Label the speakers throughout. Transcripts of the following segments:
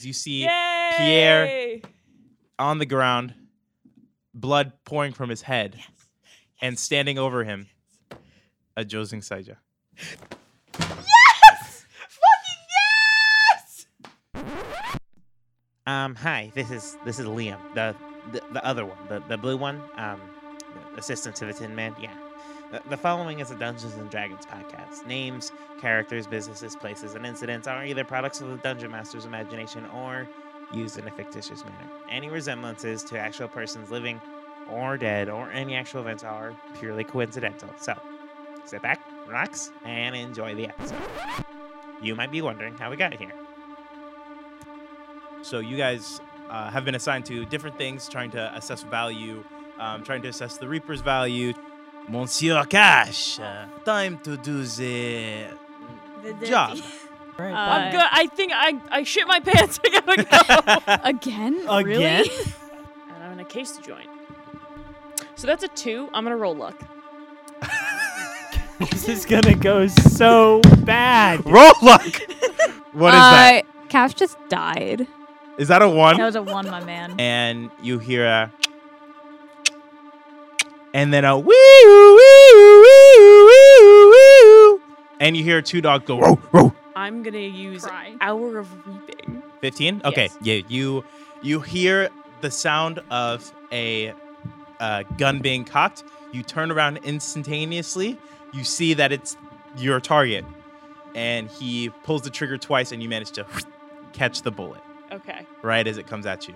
Speaker 1: You see
Speaker 2: Yay!
Speaker 1: Pierre- on the ground, blood pouring from his head,
Speaker 2: Yes.
Speaker 1: and standing over him, a Josing Saija.
Speaker 2: Yes! Fucking yes!
Speaker 3: Um, hi, this is this is Liam, the the, the other one, the, the blue one, um, the assistant to the Tin Man. Yeah. The, the following is a Dungeons and Dragons podcast. Names, characters, businesses, places, and incidents are either products of the dungeon master's imagination or used in a fictitious manner. Any resemblances to actual persons living or dead or any actual events are purely coincidental. So, sit back, relax, and enjoy the episode. You might be wondering how we got here.
Speaker 1: So you guys uh, have been assigned to different things, trying to assess value, um, trying to assess the Reaper's value. Monsieur Cash, uh, time to do the. Job.
Speaker 4: Right.
Speaker 2: I'm good. I think I I shit my pants. I gotta go.
Speaker 4: Again?
Speaker 5: Again?
Speaker 4: Really?
Speaker 2: and I'm gonna case the joint. So that's a two. I'm gonna roll luck.
Speaker 5: this is gonna go so bad.
Speaker 1: Roll luck. what is that?
Speaker 4: Uh, Cash just died.
Speaker 1: Is that a one?
Speaker 4: That was a one, my man.
Speaker 1: and you hear a and then a wee wee wee wee and you hear two dogs go row row
Speaker 2: I'm gonna use
Speaker 4: Cry.
Speaker 2: hour of weeping.
Speaker 1: 15 okay
Speaker 2: Yes.
Speaker 1: yeah you you hear the sound of a uh, gun being cocked you turn around instantaneously you see that it's your target and he pulls the trigger twice and you manage to catch the bullet
Speaker 2: Okay.
Speaker 1: right as it comes at you.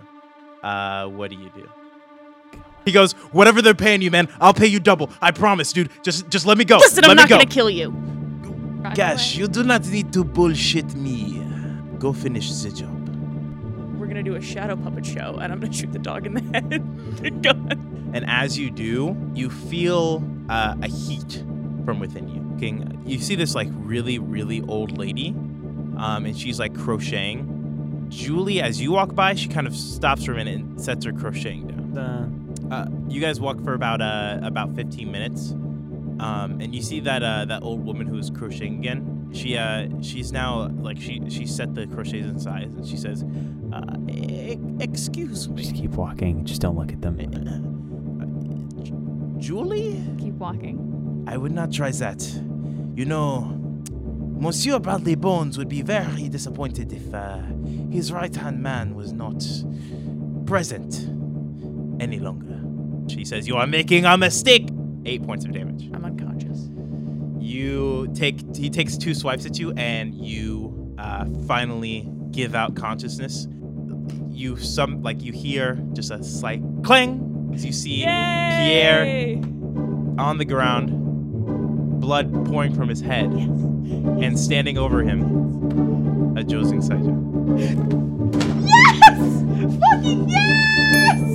Speaker 1: Uh, what do you do? He goes, whatever they're paying you, man, I'll pay you double. I promise, dude. Just, just let me go.
Speaker 2: Listen,
Speaker 1: let
Speaker 2: I'm
Speaker 1: me
Speaker 2: not
Speaker 1: go.
Speaker 2: gonna kill you.
Speaker 4: Run away.
Speaker 1: you do not need to bullshit me. Go finish the job.
Speaker 2: We're gonna do a shadow puppet show, and I'm gonna shoot the dog in the head. The gun.
Speaker 1: And as you do, you feel uh, a heat from within you. King, you see this like really, really old lady, um, and she's like crocheting. Julie, as you walk by, she kind of stops for a minute and sets her crocheting down.
Speaker 5: Uh,
Speaker 1: Uh, you guys walk for about uh, about 15 minutes, um, and you see that uh, that old woman who's crocheting again. She uh, she's now like she she set the crochets in size, and she says, uh, "E- "Excuse me,
Speaker 5: just keep walking. Just don't look at them.
Speaker 1: Julie.
Speaker 4: Keep walking.
Speaker 1: I would not try that. You know, Monsieur Bradley Bones would be very disappointed if uh, his right hand man was not present any longer." She says, "You are making a mistake." Eight points of damage.
Speaker 2: I'm unconscious.
Speaker 1: You take he takes two swipes at you, and you uh, finally give out consciousness. You some like you hear just a slight clang as you see
Speaker 2: Yay!
Speaker 1: on the ground, blood pouring from his head, and standing over him, a Josing Saija.
Speaker 2: Yes! Fucking yes!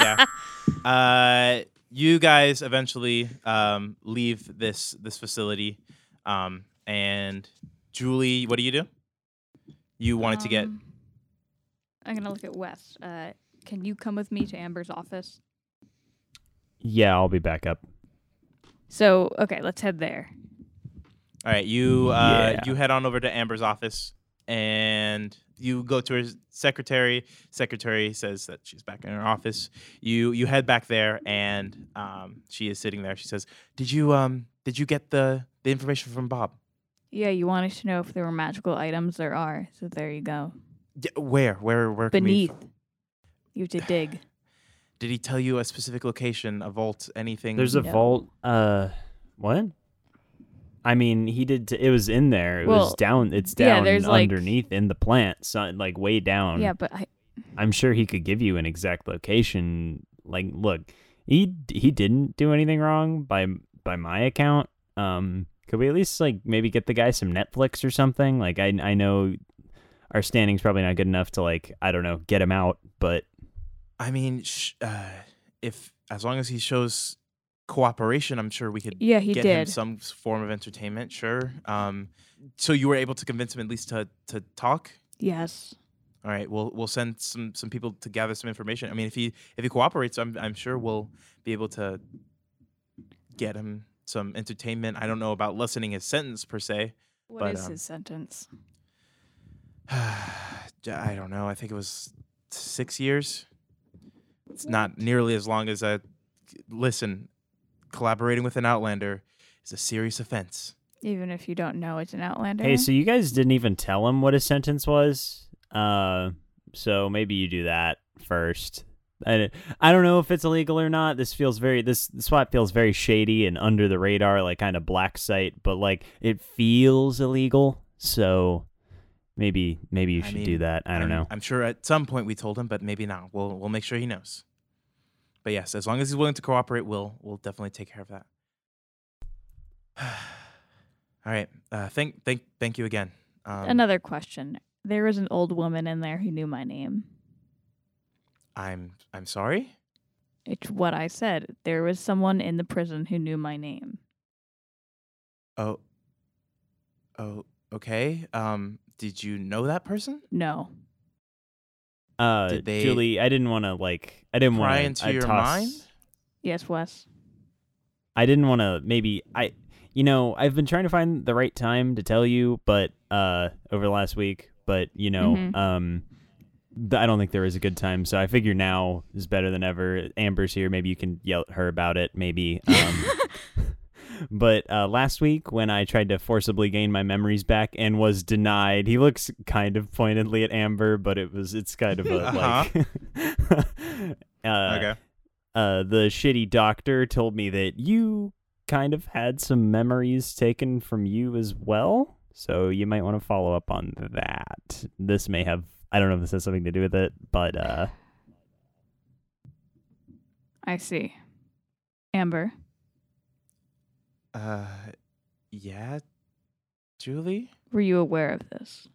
Speaker 1: Yeah. uh, you guys eventually um, leave this this facility, um, and Julie, what do you do? You wanted to get
Speaker 4: Um, I'm going to look at Wes. Uh, can you come with me to Amber's office?
Speaker 5: Yeah, I'll be back up.
Speaker 4: So, okay, let's head there.
Speaker 1: All right, you uh,
Speaker 5: Yeah.
Speaker 1: you head on over to Amber's office and you go to her secretary. Secretary says that she's back in her office. You you head back there and um, she is sitting there. She says, "Did you um did you get the the information from Bob?"
Speaker 4: Yeah, you wanted to know if there were magical items. There are. So there you go.
Speaker 1: D- where? Where? Where? can we
Speaker 4: Beneath. You have to dig.
Speaker 1: Did he tell you a specific location, a vault, anything?
Speaker 5: There's a
Speaker 4: Yeah.
Speaker 5: vault. Uh, what? I mean, he did. T- it was in there. It was
Speaker 4: Well,
Speaker 5: down. It's
Speaker 4: yeah,
Speaker 5: down
Speaker 4: there's, like-
Speaker 5: underneath in the plant, so, like way down.
Speaker 4: yeah, but I,
Speaker 5: I'm sure he could give you an exact location. Like, look, he d- he didn't do anything wrong by by my account. Um, could we at least like maybe get the guy some Netflix or something? Like, I I know our standing's probably not good enough to like I don't know get him out, but
Speaker 1: I mean, sh- uh, if as long as he shows cooperation, I'm sure we could
Speaker 4: yeah, he
Speaker 1: get him
Speaker 4: did.
Speaker 1: some s- form of entertainment. Sure. Um, so you were able to convince him at least to to talk.
Speaker 4: yes.
Speaker 1: All right. We'll we'll send some some people to gather some information. I mean, if he if he cooperates, I'm I'm sure we'll be able to get him some entertainment. I don't know about lessening his sentence per se.
Speaker 4: What is
Speaker 1: But, um,
Speaker 4: his sentence?
Speaker 1: J- I don't know. I think it was six years. It's not nearly as long as a. Listen, collaborating with an outlander is a serious offense.
Speaker 4: Even if you don't know it's an outlander.
Speaker 5: Hey, so you guys didn't even tell him what his sentence was. Uh, so maybe you do that first. I, I don't know if it's illegal or not. This feels very this the SWAT feels very shady and under the radar, like kind of black site, but like it feels illegal. So maybe maybe you
Speaker 1: I
Speaker 5: should
Speaker 1: mean,
Speaker 5: do that. I don't
Speaker 1: I'm-
Speaker 5: know.
Speaker 1: I'm sure at some point we told him, but maybe not. We'll we'll make sure he knows. But yes, as long as he's willing to cooperate, we'll we'll definitely take care of that. All right. Uh, thank thank thank you again. Um,
Speaker 4: Another question. There was an old woman in there who knew my name.
Speaker 1: I'm I'm sorry.
Speaker 4: It's what I said. There was someone in the prison who knew my name.
Speaker 1: Oh. Oh, okay. Um, did you know that person?
Speaker 4: No.
Speaker 5: uh,
Speaker 1: did they
Speaker 5: Julie, I didn't want to like I didn't
Speaker 1: Pry
Speaker 5: want
Speaker 1: into
Speaker 5: to
Speaker 1: your mind?
Speaker 4: Yes, Wes.
Speaker 5: I didn't want to maybe I you know, I've been trying to find the right time to tell you, but uh over the last week, but you know,
Speaker 4: Mhm.
Speaker 5: um th- I don't think there is a good time, so I figure now is better than ever. Amber's here, maybe you can yell at her about it, maybe. Um But uh, last week, when I tried to forcibly gain my memories back and was denied, he looks kind of pointedly at Amber, but it was it's kind of a like, uh,
Speaker 1: okay.
Speaker 5: uh, the shitty doctor told me that you kind of had some memories taken from you as well. So you might want to follow up on that. This may have, I don't know if this has something to do with it, but uh,
Speaker 4: I see. Amber.
Speaker 1: Uh, yeah, Julie,
Speaker 4: Were you aware of this?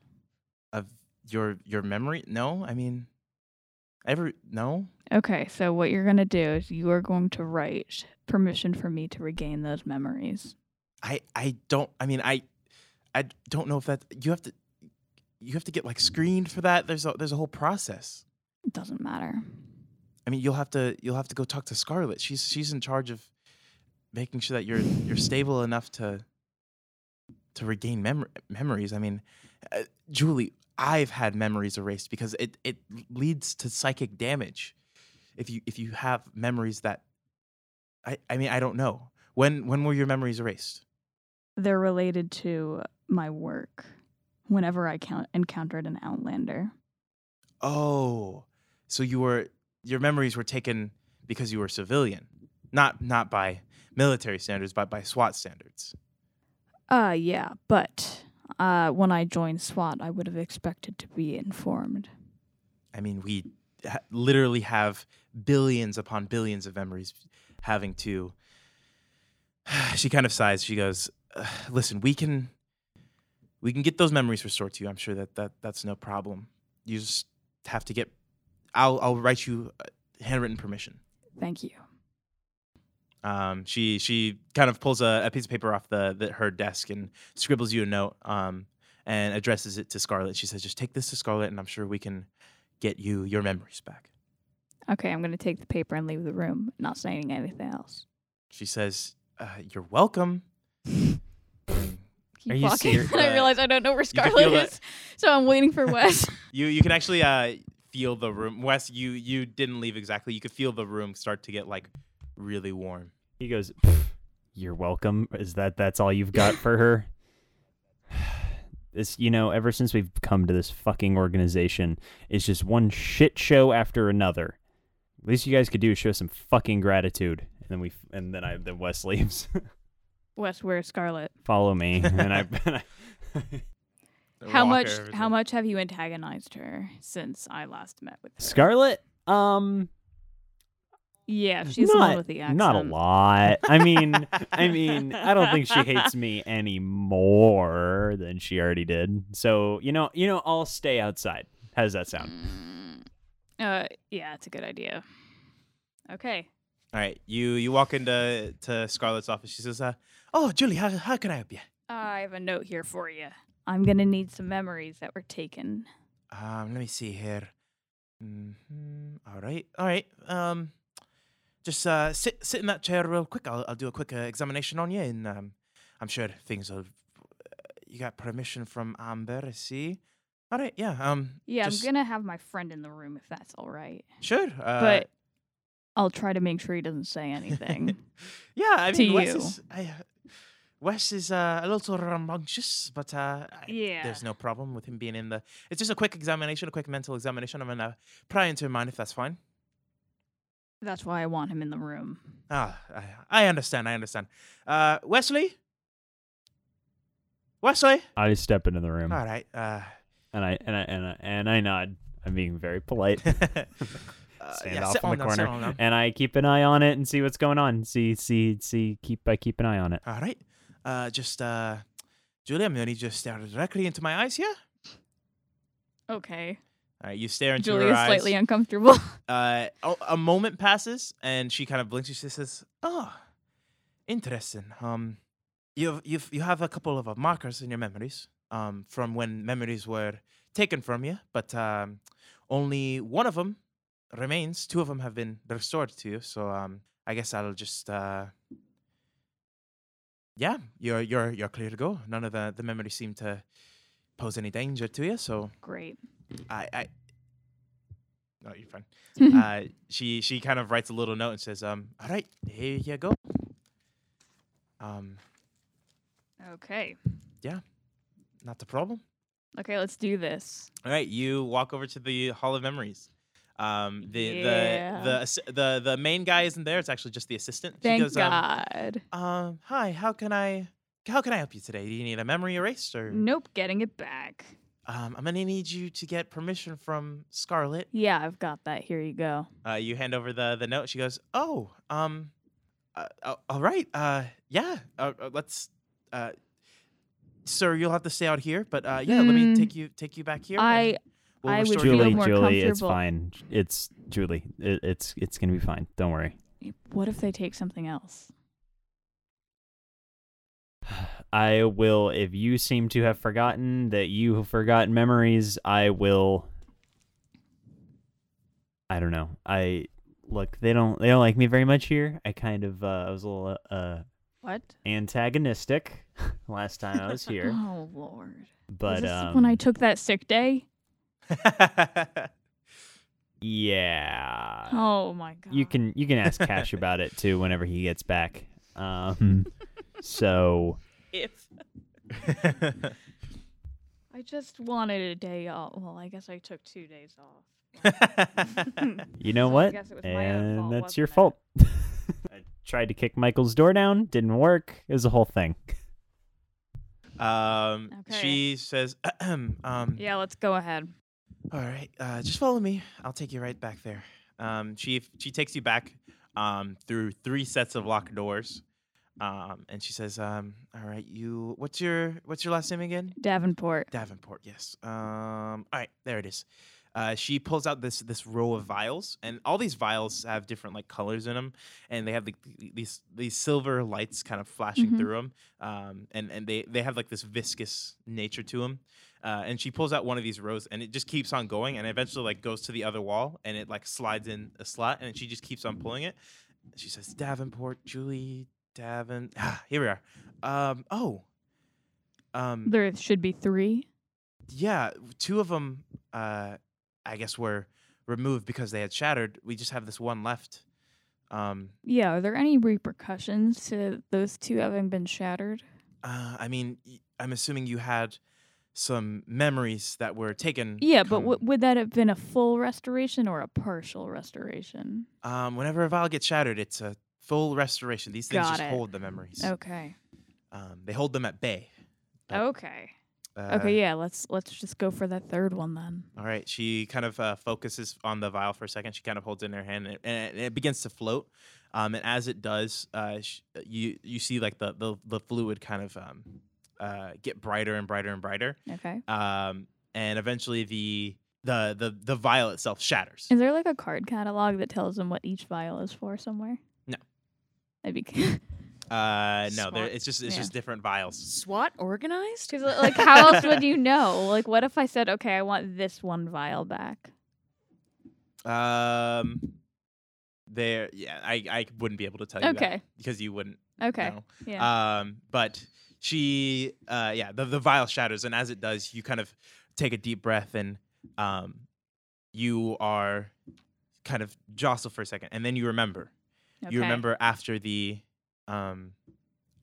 Speaker 1: of your your memory? No, I mean, ever no.
Speaker 4: Okay, so what you're going to do is you are going to write permission for me to regain those memories.
Speaker 1: I I don't. I mean, I I don't know if that you have to you have to get like screened for that. There's a there's a whole process.
Speaker 4: It doesn't matter.
Speaker 1: I mean, you'll have to you'll have to go talk to Scarlett. She's she's in charge of making sure that you're you're stable enough to to regain mem- memories. I mean, uh, Julie, I've had memories erased because it it leads to psychic damage. If you if you have memories that I I mean, I don't know. When when were your memories erased?
Speaker 4: They're related to my work whenever I count- encountered an outlander.
Speaker 1: Oh, so you were your memories were taken because you were civilian, not not by military standards, but by SWAT standards.
Speaker 4: Uh, yeah, but uh, when I joined SWAT, I would have expected to be informed.
Speaker 1: I mean, we ha- literally have billions upon billions of memories having to. she kind of sighs. She goes, "Ugh, "Listen, we can, we can get those memories restored to you. I'm sure that that that's no problem. You just have to get. I'll I'll write you uh, handwritten permission."
Speaker 4: Thank you.
Speaker 1: Um, she she kind of pulls a, a piece of paper off the, the her desk and scribbles you a note um, and addresses it to Scarlett. She says, "Just take this to Scarlett, and I'm sure we can get you your memories back."
Speaker 4: Okay, I'm going to take the paper and leave the room, not saying anything else.
Speaker 1: She says, uh, "You're welcome."
Speaker 4: Keep
Speaker 5: Are you
Speaker 4: walking.
Speaker 5: serious?
Speaker 4: and I realize I don't know where
Speaker 1: can feel
Speaker 4: Scarlet
Speaker 1: that-
Speaker 4: is, so I'm waiting for Wes.
Speaker 1: you you can actually uh, feel the room. Wes, you you didn't leave exactly. You could feel the room start to get like really warm.
Speaker 5: he goes, "Pff, You're welcome. Is that that's all you've got for her? This, you know, ever since we've come to this fucking organization, it's just one shit show after another. At least you guys could do is show some fucking gratitude. And then we, f- and then I, then Wes leaves.
Speaker 4: West, where's Scarlet?
Speaker 5: Follow me, and I, and I
Speaker 3: Walker,
Speaker 4: How much?
Speaker 3: everything.
Speaker 4: How much have you antagonized her since I last met with her?
Speaker 5: Scarlet. Um,
Speaker 4: Yeah, she's the one with the accent.
Speaker 5: Not a lot. I mean, I mean, I don't think she hates me any more than she already did. So you know, you know, I'll stay outside. How does that sound?
Speaker 4: Mm. Uh, yeah, it's a good idea. Okay.
Speaker 1: All right, you you walk into to Scarlett's office. She says, uh, "Oh, Julie, how, how can I help you?"
Speaker 4: I have a note here for you. I'm going to need some memories that were taken.
Speaker 1: Um, let me see here. Mhm, All right, all right. Um, just uh, sit sit in that chair real quick. I'll I'll do a quick uh, examination on you, and um, I'm sure things will. You got permission from Amber, I see. All right, yeah. Um,
Speaker 4: Yeah,
Speaker 1: just-
Speaker 4: I'm going to have my friend in the room if that's all right.
Speaker 1: sure. Uh,
Speaker 4: but I'll try to make sure he doesn't say anything.
Speaker 1: yeah, I
Speaker 4: to
Speaker 1: mean, Wes
Speaker 4: you.
Speaker 1: is. I, uh, Wes is uh, a little rambunctious, but uh, I-
Speaker 4: yeah.
Speaker 1: There's no problem with him being in the. It's just a quick examination, a quick mental examination. I'm gonna pry into your mind if that's fine.
Speaker 4: That's why I want him in the room.
Speaker 1: Ah, I, I understand. I understand. Uh, Wesley. Wesley.
Speaker 5: I step into the room
Speaker 1: All right. Uh,
Speaker 5: and I and I and I, and I nod. I'm being very polite.
Speaker 1: uh,
Speaker 5: Stand
Speaker 1: yeah,
Speaker 5: off
Speaker 1: sit
Speaker 5: in the
Speaker 1: on down, sit
Speaker 5: corner,
Speaker 1: on down.
Speaker 5: and I keep an eye on it and see what's going on. See, see, see. Keep I keep an eye on it.
Speaker 1: All right. Uh, just uh, Julie, I'm gonna need you to stare directly into my eyes here.
Speaker 4: Okay.
Speaker 1: All right, you stare into
Speaker 4: Julia's
Speaker 1: her eyes.
Speaker 4: slightly uncomfortable.
Speaker 1: uh, a, a moment passes and she kind of blinks. She says, "Oh, interesting. Um, you've you've you have a couple of uh, markers in your memories. Um, from when memories were taken from you, but um, only one of them remains. Two of them have been restored to you. So um, I guess I'll just uh." Yeah, you're you're you're clear to go. None of the, the memories seem to pose any danger to you, so
Speaker 4: Great.
Speaker 1: I, I. No, you're fine.
Speaker 4: Mm-hmm.
Speaker 1: uh, she she kind of writes a little note and says, "Um, all right, here you go." Um,
Speaker 4: Okay.
Speaker 1: not the problem.
Speaker 4: Okay, let's do this.
Speaker 1: All right, you walk over to the Hall of Memories. Um, the
Speaker 4: Yeah.
Speaker 1: the the ass- the the main guy isn't there. It's actually just the assistant.
Speaker 4: Thank
Speaker 1: she goes, um,
Speaker 4: God.
Speaker 1: um, hi, how can I how can I help you today? Do you need a memory erased or?
Speaker 4: nope, getting it back.
Speaker 1: Um, I'm gonna need you to get permission from Scarlet.
Speaker 4: Yeah, I've got that. Here you go.
Speaker 1: Uh, you hand over the the note. She goes, "Oh, um, uh, uh, all right, uh, yeah, uh, uh, let's, uh, sir, you'll have to stay out here, but uh, yeah, let me
Speaker 4: Mm.
Speaker 1: take you take you back here.
Speaker 4: I
Speaker 1: and we'll
Speaker 4: I would
Speaker 1: restore your
Speaker 5: Julie,
Speaker 1: memory."
Speaker 4: more
Speaker 5: Julie, it's
Speaker 4: comfortable.
Speaker 5: fine. It's Julie. It, it's it's gonna be fine. Don't worry.
Speaker 4: what if they take something else?
Speaker 5: I will, if you seem to have forgotten that you have forgotten memories, I will. I don't know. I look. They don't. They don't like me very much here. I kind of. Uh, I was a little uh,
Speaker 4: What?
Speaker 5: antagonistic last time I was here.
Speaker 4: Oh lord.
Speaker 5: But
Speaker 4: Is this
Speaker 5: um,
Speaker 4: when I took that sick day?
Speaker 1: uh,
Speaker 5: yeah,
Speaker 4: Oh my god.
Speaker 5: you can you can ask Cash about it too whenever he gets back. Um, so
Speaker 2: If
Speaker 4: I just wanted a day off. Well, I guess I took two days off.
Speaker 5: you know
Speaker 4: So I
Speaker 5: what?
Speaker 4: guess it was my own
Speaker 5: and
Speaker 4: fault,
Speaker 5: that's your fault.
Speaker 4: wasn't
Speaker 5: I tried to kick Michael's door down, didn't work. It was a whole thing.
Speaker 1: um,
Speaker 4: Okay.
Speaker 1: she says, "Ahem, um,
Speaker 4: Yeah, let's go ahead.
Speaker 1: All right, uh, just follow me. I'll take you right back there. Um, she she takes you back um, through three sets of locked doors, um, and she says, um, "All right, you. What's your what's your last name again?
Speaker 4: Davenport.
Speaker 1: Davenport. Yes. Um, all right, there it is." Uh, she pulls out this this row of vials, and all these vials have different like colors in them, and they have like, th- these these silver lights kind of flashing
Speaker 4: Mhm.
Speaker 1: through 'em. through them, um, and and they they have like this viscous nature to them. Uh, and she pulls out one of these rows, and it just keeps on going, and eventually like goes to the other wall, and it like slides in a slot, and she just keeps on pulling it. She says, "Davenport, Julie, Davin. Ah, here we are. Um, oh, um,
Speaker 4: There should be three.
Speaker 1: yeah, two of them, uh, I guess, were removed because they had shattered. We just have this one left. Um,
Speaker 4: Yeah, are there any repercussions to those two having been shattered?
Speaker 1: Uh, I mean, y- I'm assuming you had some memories that were taken.
Speaker 4: Yeah, but
Speaker 1: from-
Speaker 4: w- would that have been a full restoration or a partial restoration?
Speaker 1: um, whenever a vial gets shattered, it's a full restoration. These things
Speaker 4: Got
Speaker 1: just
Speaker 4: it. Oh.
Speaker 1: hold the memories.
Speaker 4: Okay.
Speaker 1: Um, they hold them at bay. But-
Speaker 4: Okay.
Speaker 1: Uh,
Speaker 4: Okay, yeah, let's let's just go for that third one then.
Speaker 1: All right. She kind of uh, focuses on the vial for a second. She kind of holds it in her hand, and it, and it begins to float. Um, and as it does, uh, sh- you you see like the the, the fluid kind of um, uh, get brighter and brighter and brighter.
Speaker 4: Okay.
Speaker 1: Um, and eventually, the the the the vial itself shatters.
Speaker 4: Is there like a card catalog that tells them what each vial is for somewhere?
Speaker 1: No.
Speaker 4: That'd be
Speaker 1: Uh, no, there,
Speaker 2: Smart.
Speaker 1: it's just it's
Speaker 4: Yeah.
Speaker 1: just different vials.
Speaker 2: SWAT organized?
Speaker 4: because like how else would you know? Like what if I said, okay, I want this one vial back?
Speaker 1: Um, there, yeah, I I wouldn't be able to tell you that
Speaker 4: Okay.
Speaker 1: because you wouldn't
Speaker 4: Okay.
Speaker 1: know.
Speaker 4: Yeah.
Speaker 1: Um, but she, uh, yeah, the, the vial shatters, and as it does, you kind of take a deep breath, and um, you are kind of jostled for a second, and then you remember.
Speaker 4: okay.
Speaker 1: You remember after the, um,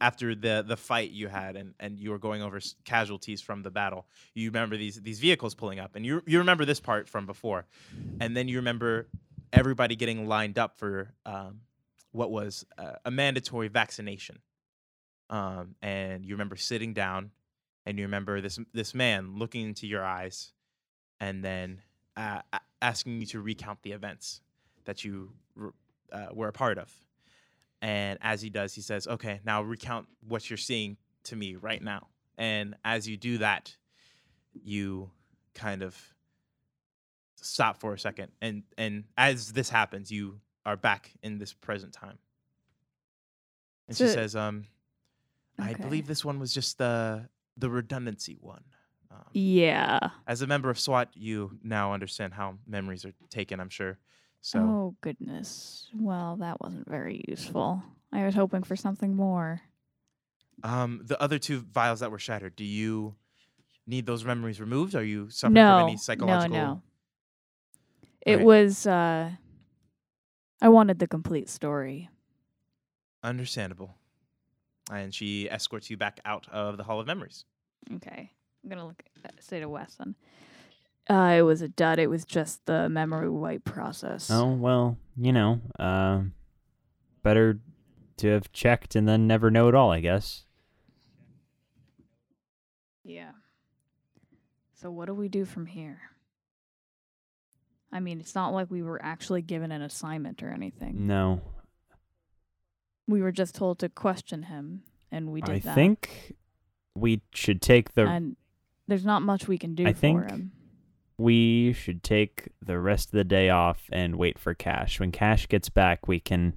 Speaker 1: after the the fight you had, and and you were going over s- casualties from the battle. You remember these these vehicles pulling up, and you you remember this part from before, and then you remember everybody getting lined up for um, what was uh, a mandatory vaccination um, and you remember sitting down, and you remember this this man looking into your eyes, and then uh, a- asking you to recount the events that you r- uh, were a part of. And as he does, he says, "Okay, now recount what you're seeing to me right now." And as you do that, you kind of stop for a second, and and as this happens, you are back in this present time. And she
Speaker 4: So-
Speaker 1: says, "Um." I
Speaker 4: Okay.
Speaker 1: believe this one was just the the redundancy one. Um,
Speaker 4: Yeah.
Speaker 1: As a member of SWAT, you now understand how memories are taken. I'm sure. So
Speaker 4: Oh goodness. Well, that wasn't very useful. I was hoping for something more. Oh.
Speaker 1: um, the other two vials that were shattered. Do you need those memories removed? Are you suffering
Speaker 4: no,
Speaker 1: from any psychological?
Speaker 4: No, no. It
Speaker 1: Alright.
Speaker 4: was uh I wanted the complete story.
Speaker 1: Understandable. And she escorts you back out of the Hall of Memories.
Speaker 4: Okay. I'm gonna look at, say to Wesson. Uh it was a dud, it was just the memory wipe process.
Speaker 5: Oh well, you know, uh, better to have checked and then never know at all, I guess.
Speaker 4: Yeah. So what do we do from here? I mean, it's not like we were actually given an assignment or anything.
Speaker 5: No,
Speaker 4: We were just told to question him, and we did
Speaker 5: I
Speaker 4: that.
Speaker 5: think we should take the
Speaker 4: and there's not much we can do
Speaker 5: I
Speaker 4: for
Speaker 5: think-
Speaker 4: him.
Speaker 5: we should take the rest of the day off and wait for Cash. When Cash gets back, we can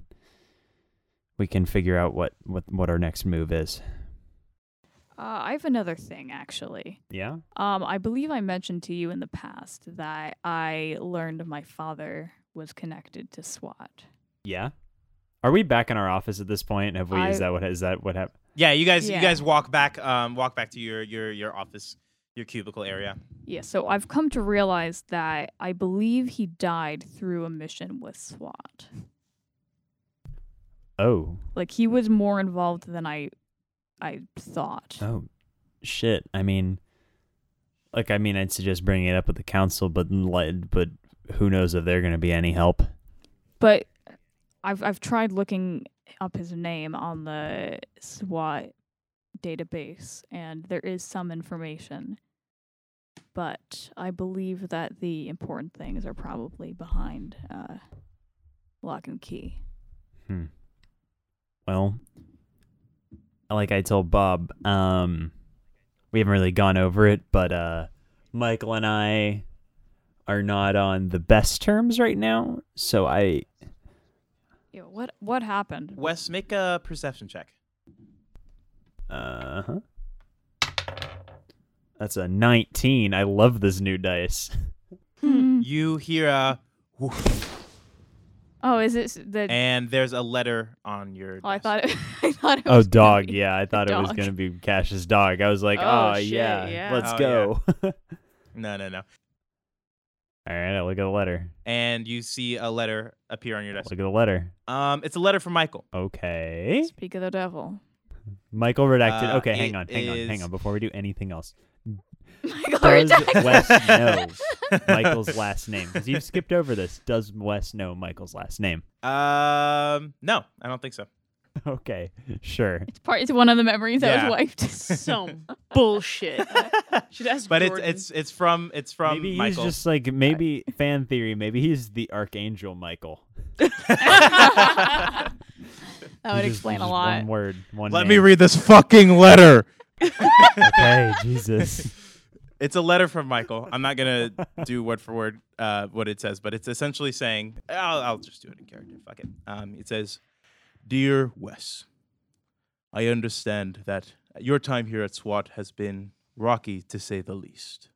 Speaker 5: we can figure out what what what our next move is.
Speaker 4: Uh, I have another thing, actually.
Speaker 5: Yeah.
Speaker 4: Um, I believe I mentioned to you in the past that I learned my father was connected to SWAT.
Speaker 5: Yeah. Are we back in our office at this point? Have we? is
Speaker 4: I-
Speaker 5: that what? Is that what happened?
Speaker 1: Yeah, you guys.
Speaker 4: Yeah.
Speaker 1: You guys walk back. Um, walk back to your your your office, your cubicle area.
Speaker 4: Yeah, so I've come to realize that I believe he died through a mission with SWAT.
Speaker 5: Oh.
Speaker 4: Like he was more involved than I, I thought.
Speaker 5: Oh. Shit. I mean, like, I mean, I'd suggest bringing it up with the council, but like, but who knows if they're going to be any help?
Speaker 4: but I've I've tried looking up his name on the SWAT database, and there is some information. But I believe that the important things are probably behind uh, lock and key.
Speaker 5: Well, like I told Bob, um, we haven't really gone over it, but uh, Michael and I are not on the best terms right now. So I,
Speaker 4: Yeah, what what happened?
Speaker 1: Wes, make a perception check.
Speaker 5: uh huh. That's a 19. I love this new dice.
Speaker 4: Hmm.
Speaker 1: You hear a, whoosh,
Speaker 4: Oh, is it s- the?
Speaker 1: and there's a letter on your.
Speaker 4: oh, I
Speaker 1: desk.
Speaker 4: thought it, I thought it
Speaker 5: Oh,
Speaker 4: was gonna
Speaker 5: dog.
Speaker 4: be-
Speaker 5: Yeah, I thought it was
Speaker 4: Dog.
Speaker 5: going to be Cash's dog. I was like,
Speaker 2: Oh,
Speaker 5: oh,
Speaker 2: shit,
Speaker 5: yeah,
Speaker 2: yeah.
Speaker 5: let's
Speaker 1: Oh,
Speaker 5: go.
Speaker 1: No, no, no.
Speaker 5: All right, I look at the letter.
Speaker 1: and you see a letter appear on your
Speaker 5: Look
Speaker 1: desk.
Speaker 5: at the letter.
Speaker 1: Um, it's a letter from Michael.
Speaker 5: Okay.
Speaker 4: Speak of the devil.
Speaker 5: Michael redacted.
Speaker 3: Uh,
Speaker 5: okay, hang
Speaker 3: it
Speaker 5: on, hang on, hang
Speaker 3: is-
Speaker 5: on. Before we do anything else,
Speaker 4: Michael
Speaker 5: does
Speaker 4: Redacted.
Speaker 5: Wes know Michael's last name? Because you've skipped over this. Does Wes know Michael's last name?
Speaker 1: Um, no, I don't think so.
Speaker 5: Okay, sure.
Speaker 4: It's part. It's one of the memories that
Speaker 1: Yeah.
Speaker 4: was wiped.
Speaker 2: Some bullshit. Should ask
Speaker 1: But it's
Speaker 2: Jordan.
Speaker 1: it's it's from it's from
Speaker 5: maybe he's
Speaker 1: Michael.
Speaker 5: just like maybe fan theory. Maybe he's the archangel Michael.
Speaker 4: that would
Speaker 5: He's just-
Speaker 4: explain a
Speaker 5: just
Speaker 4: lot.
Speaker 5: One word. One.
Speaker 1: Let
Speaker 5: name.
Speaker 1: me read this fucking letter.
Speaker 5: Okay, Jesus.
Speaker 1: It's a letter from Michael. I'm not gonna do word for word uh, what it says, but it's essentially saying, I'll, I'll just do it in character. Fuck it. Um, it says, "Dear Wes, I understand that your time here at SWAT has been rocky to say the least,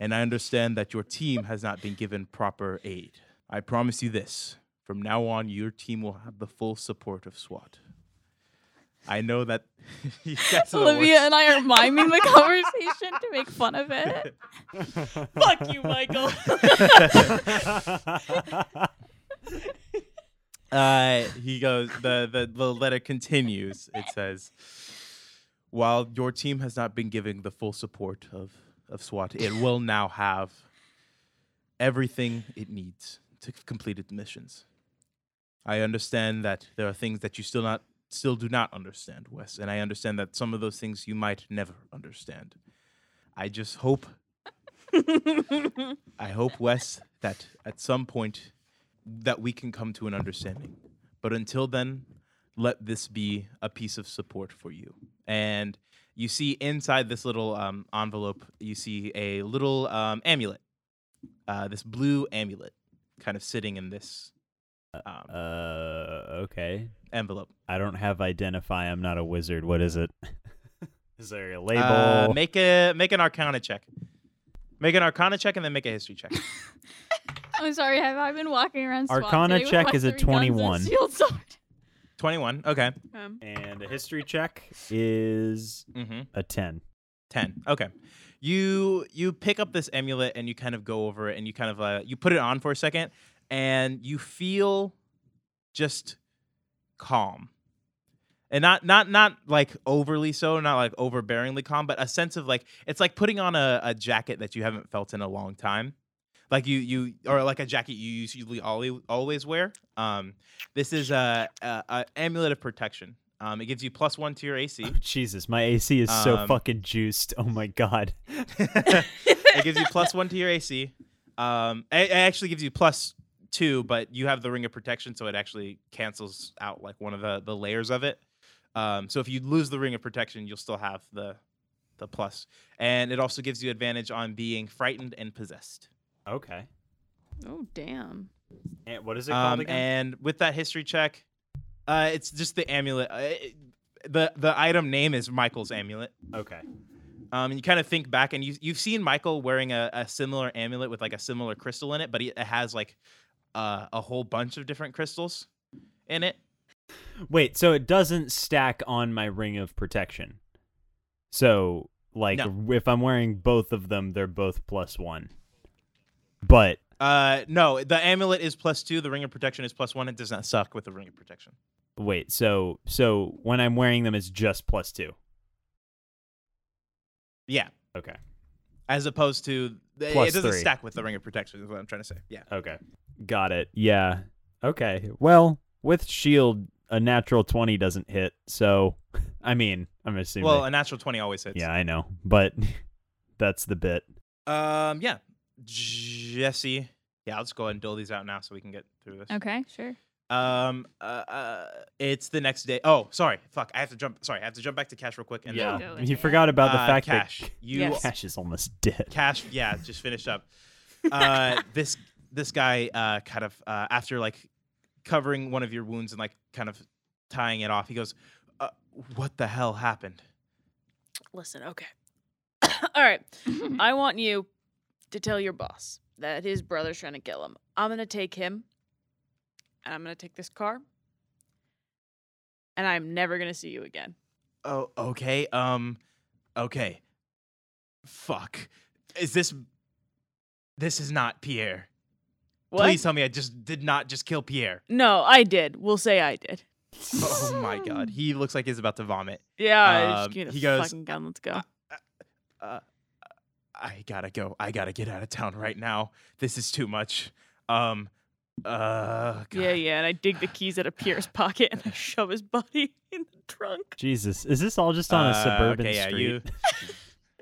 Speaker 1: and I understand that your team has not been given proper aid. I promise you this: from now on, your team will have the full support of SWAT." I know that you guys are the
Speaker 4: Olivia
Speaker 1: worst.
Speaker 4: and I are miming the conversation to make fun of it.
Speaker 2: Fuck you, Michael.
Speaker 1: uh, he goes the, the the letter continues it says while your team has not been giving the full support of of SWAT it will now have everything it needs to complete its missions i understand that there are things that you still not still do not understand wes and i understand that some of those things you might never understand i just hope i hope wes that at some point that we can come to an understanding. But until then, let this be a piece of support for you. And you see inside this little um, envelope, you see a little um, amulet, uh, this blue amulet, kind of sitting in this um,
Speaker 5: uh, okay.
Speaker 1: envelope.
Speaker 5: I don't have identify. I'm not a wizard. What is it? is there a label?
Speaker 1: Uh, make a make an Arcana check. Make an Arcana check and then make a history check.
Speaker 4: I'm sorry. Have I been walking around? SWAT
Speaker 5: Arcana
Speaker 4: today with
Speaker 5: check
Speaker 4: my
Speaker 5: is a
Speaker 4: three guns and
Speaker 5: 21.
Speaker 4: shield sword?
Speaker 1: Twenty-one. Okay.
Speaker 2: um,
Speaker 5: and a history check is
Speaker 1: Mm-hmm.
Speaker 5: a ten.
Speaker 1: 10 okay you you pick up this amulet and you kind of go over it and you kind of uh, you put it on for a second and you feel just calm and not not not like overly so not like overbearingly calm but a sense of like it's like putting on a, a jacket that you haven't felt in a long time like you you or like a jacket you usually always always wear um this is a, a, a amulet of protection um it gives you plus one to your ac
Speaker 5: Jesus, my AC is so
Speaker 1: Um,
Speaker 5: fucking juiced. Oh my god.
Speaker 1: it gives you plus one to your AC. Um, it, it actually gives you plus two, but you have the ring of protection, so it actually cancels out like one of the, the layers of it. Um, so if you lose the ring of protection, you'll still have the the plus, and it also gives you advantage on being frightened and possessed.
Speaker 5: Okay.
Speaker 2: oh damn.
Speaker 5: And what is
Speaker 1: Um, and with that history check, uh, it's just the amulet. Uh, it- the the item name is Michael's amulet.
Speaker 5: okay.
Speaker 1: Um, and you kind of think back, and you you've seen Michael wearing a, a similar amulet with like a similar crystal in it, but it it has like uh, a whole bunch of different crystals in it.
Speaker 5: Wait, so it doesn't stack on my ring of protection. So, like,
Speaker 1: No.
Speaker 5: if I'm wearing both of them, they're both plus one. But
Speaker 1: Uh, no, the amulet is plus two. The ring of protection is plus one. It does not suck with the ring of protection.
Speaker 5: wait, so so when I'm wearing them, it's just plus two.
Speaker 1: Yeah,
Speaker 5: Okay.
Speaker 1: as opposed to it
Speaker 5: Plus
Speaker 1: doesn't
Speaker 5: three.
Speaker 1: stack with the ring of protection. Is what I'm trying to say. Yeah.
Speaker 5: Okay. Got it. Yeah. Okay. Well, with shield, a natural twenty doesn't hit. So, I mean, I'm assuming.
Speaker 1: Well, a natural twenty always hits.
Speaker 5: yeah, I know, but that's the bit.
Speaker 1: Um. Yeah. Jesse. Yeah, I'll just go ahead and dole these out now so we can get through this.
Speaker 4: Okay, sure.
Speaker 1: Um, uh, uh, it's the next day. Oh, sorry, fuck. I have to jump. Sorry, I have to jump back to cash real quick. And
Speaker 4: Yeah.
Speaker 1: then,
Speaker 4: Go with
Speaker 5: You
Speaker 4: it.
Speaker 5: forgot about the
Speaker 1: uh,
Speaker 5: fact
Speaker 1: cash.
Speaker 5: that
Speaker 1: You
Speaker 2: Yes.
Speaker 5: cash is almost dead.
Speaker 1: cash. Yeah, just finished up. Uh, this this guy uh, kind of uh, after like covering one of your wounds and like kind of tying it off. He goes, uh, "What the hell happened?"
Speaker 2: Listen, okay. All right. I want you to tell your boss that his brother's trying to kill him. I'm going to take him and I'm going to take this car and I'm never going to see you again.
Speaker 1: Oh, okay. Um, okay. Fuck. Is this? This is not Pierre.
Speaker 2: What?
Speaker 1: Please tell me I just did not just kill Pierre.
Speaker 2: No, I did. We'll say I did.
Speaker 1: oh my god, he looks like he's about to vomit.
Speaker 2: Yeah,
Speaker 1: Um,
Speaker 2: just give me the
Speaker 1: he goes,
Speaker 2: fucking gun. Let's go.
Speaker 1: "Uh, Uh, I gotta go. I gotta get out of town right now. This is too much. Um, uh,
Speaker 2: yeah,
Speaker 1: God.
Speaker 2: yeah. And I dig the keys out of Pierre's pocket and I shove his body in the trunk.
Speaker 5: Jesus, is this all just on a
Speaker 1: Uh,
Speaker 5: suburban
Speaker 1: okay, yeah,
Speaker 5: street?
Speaker 1: you-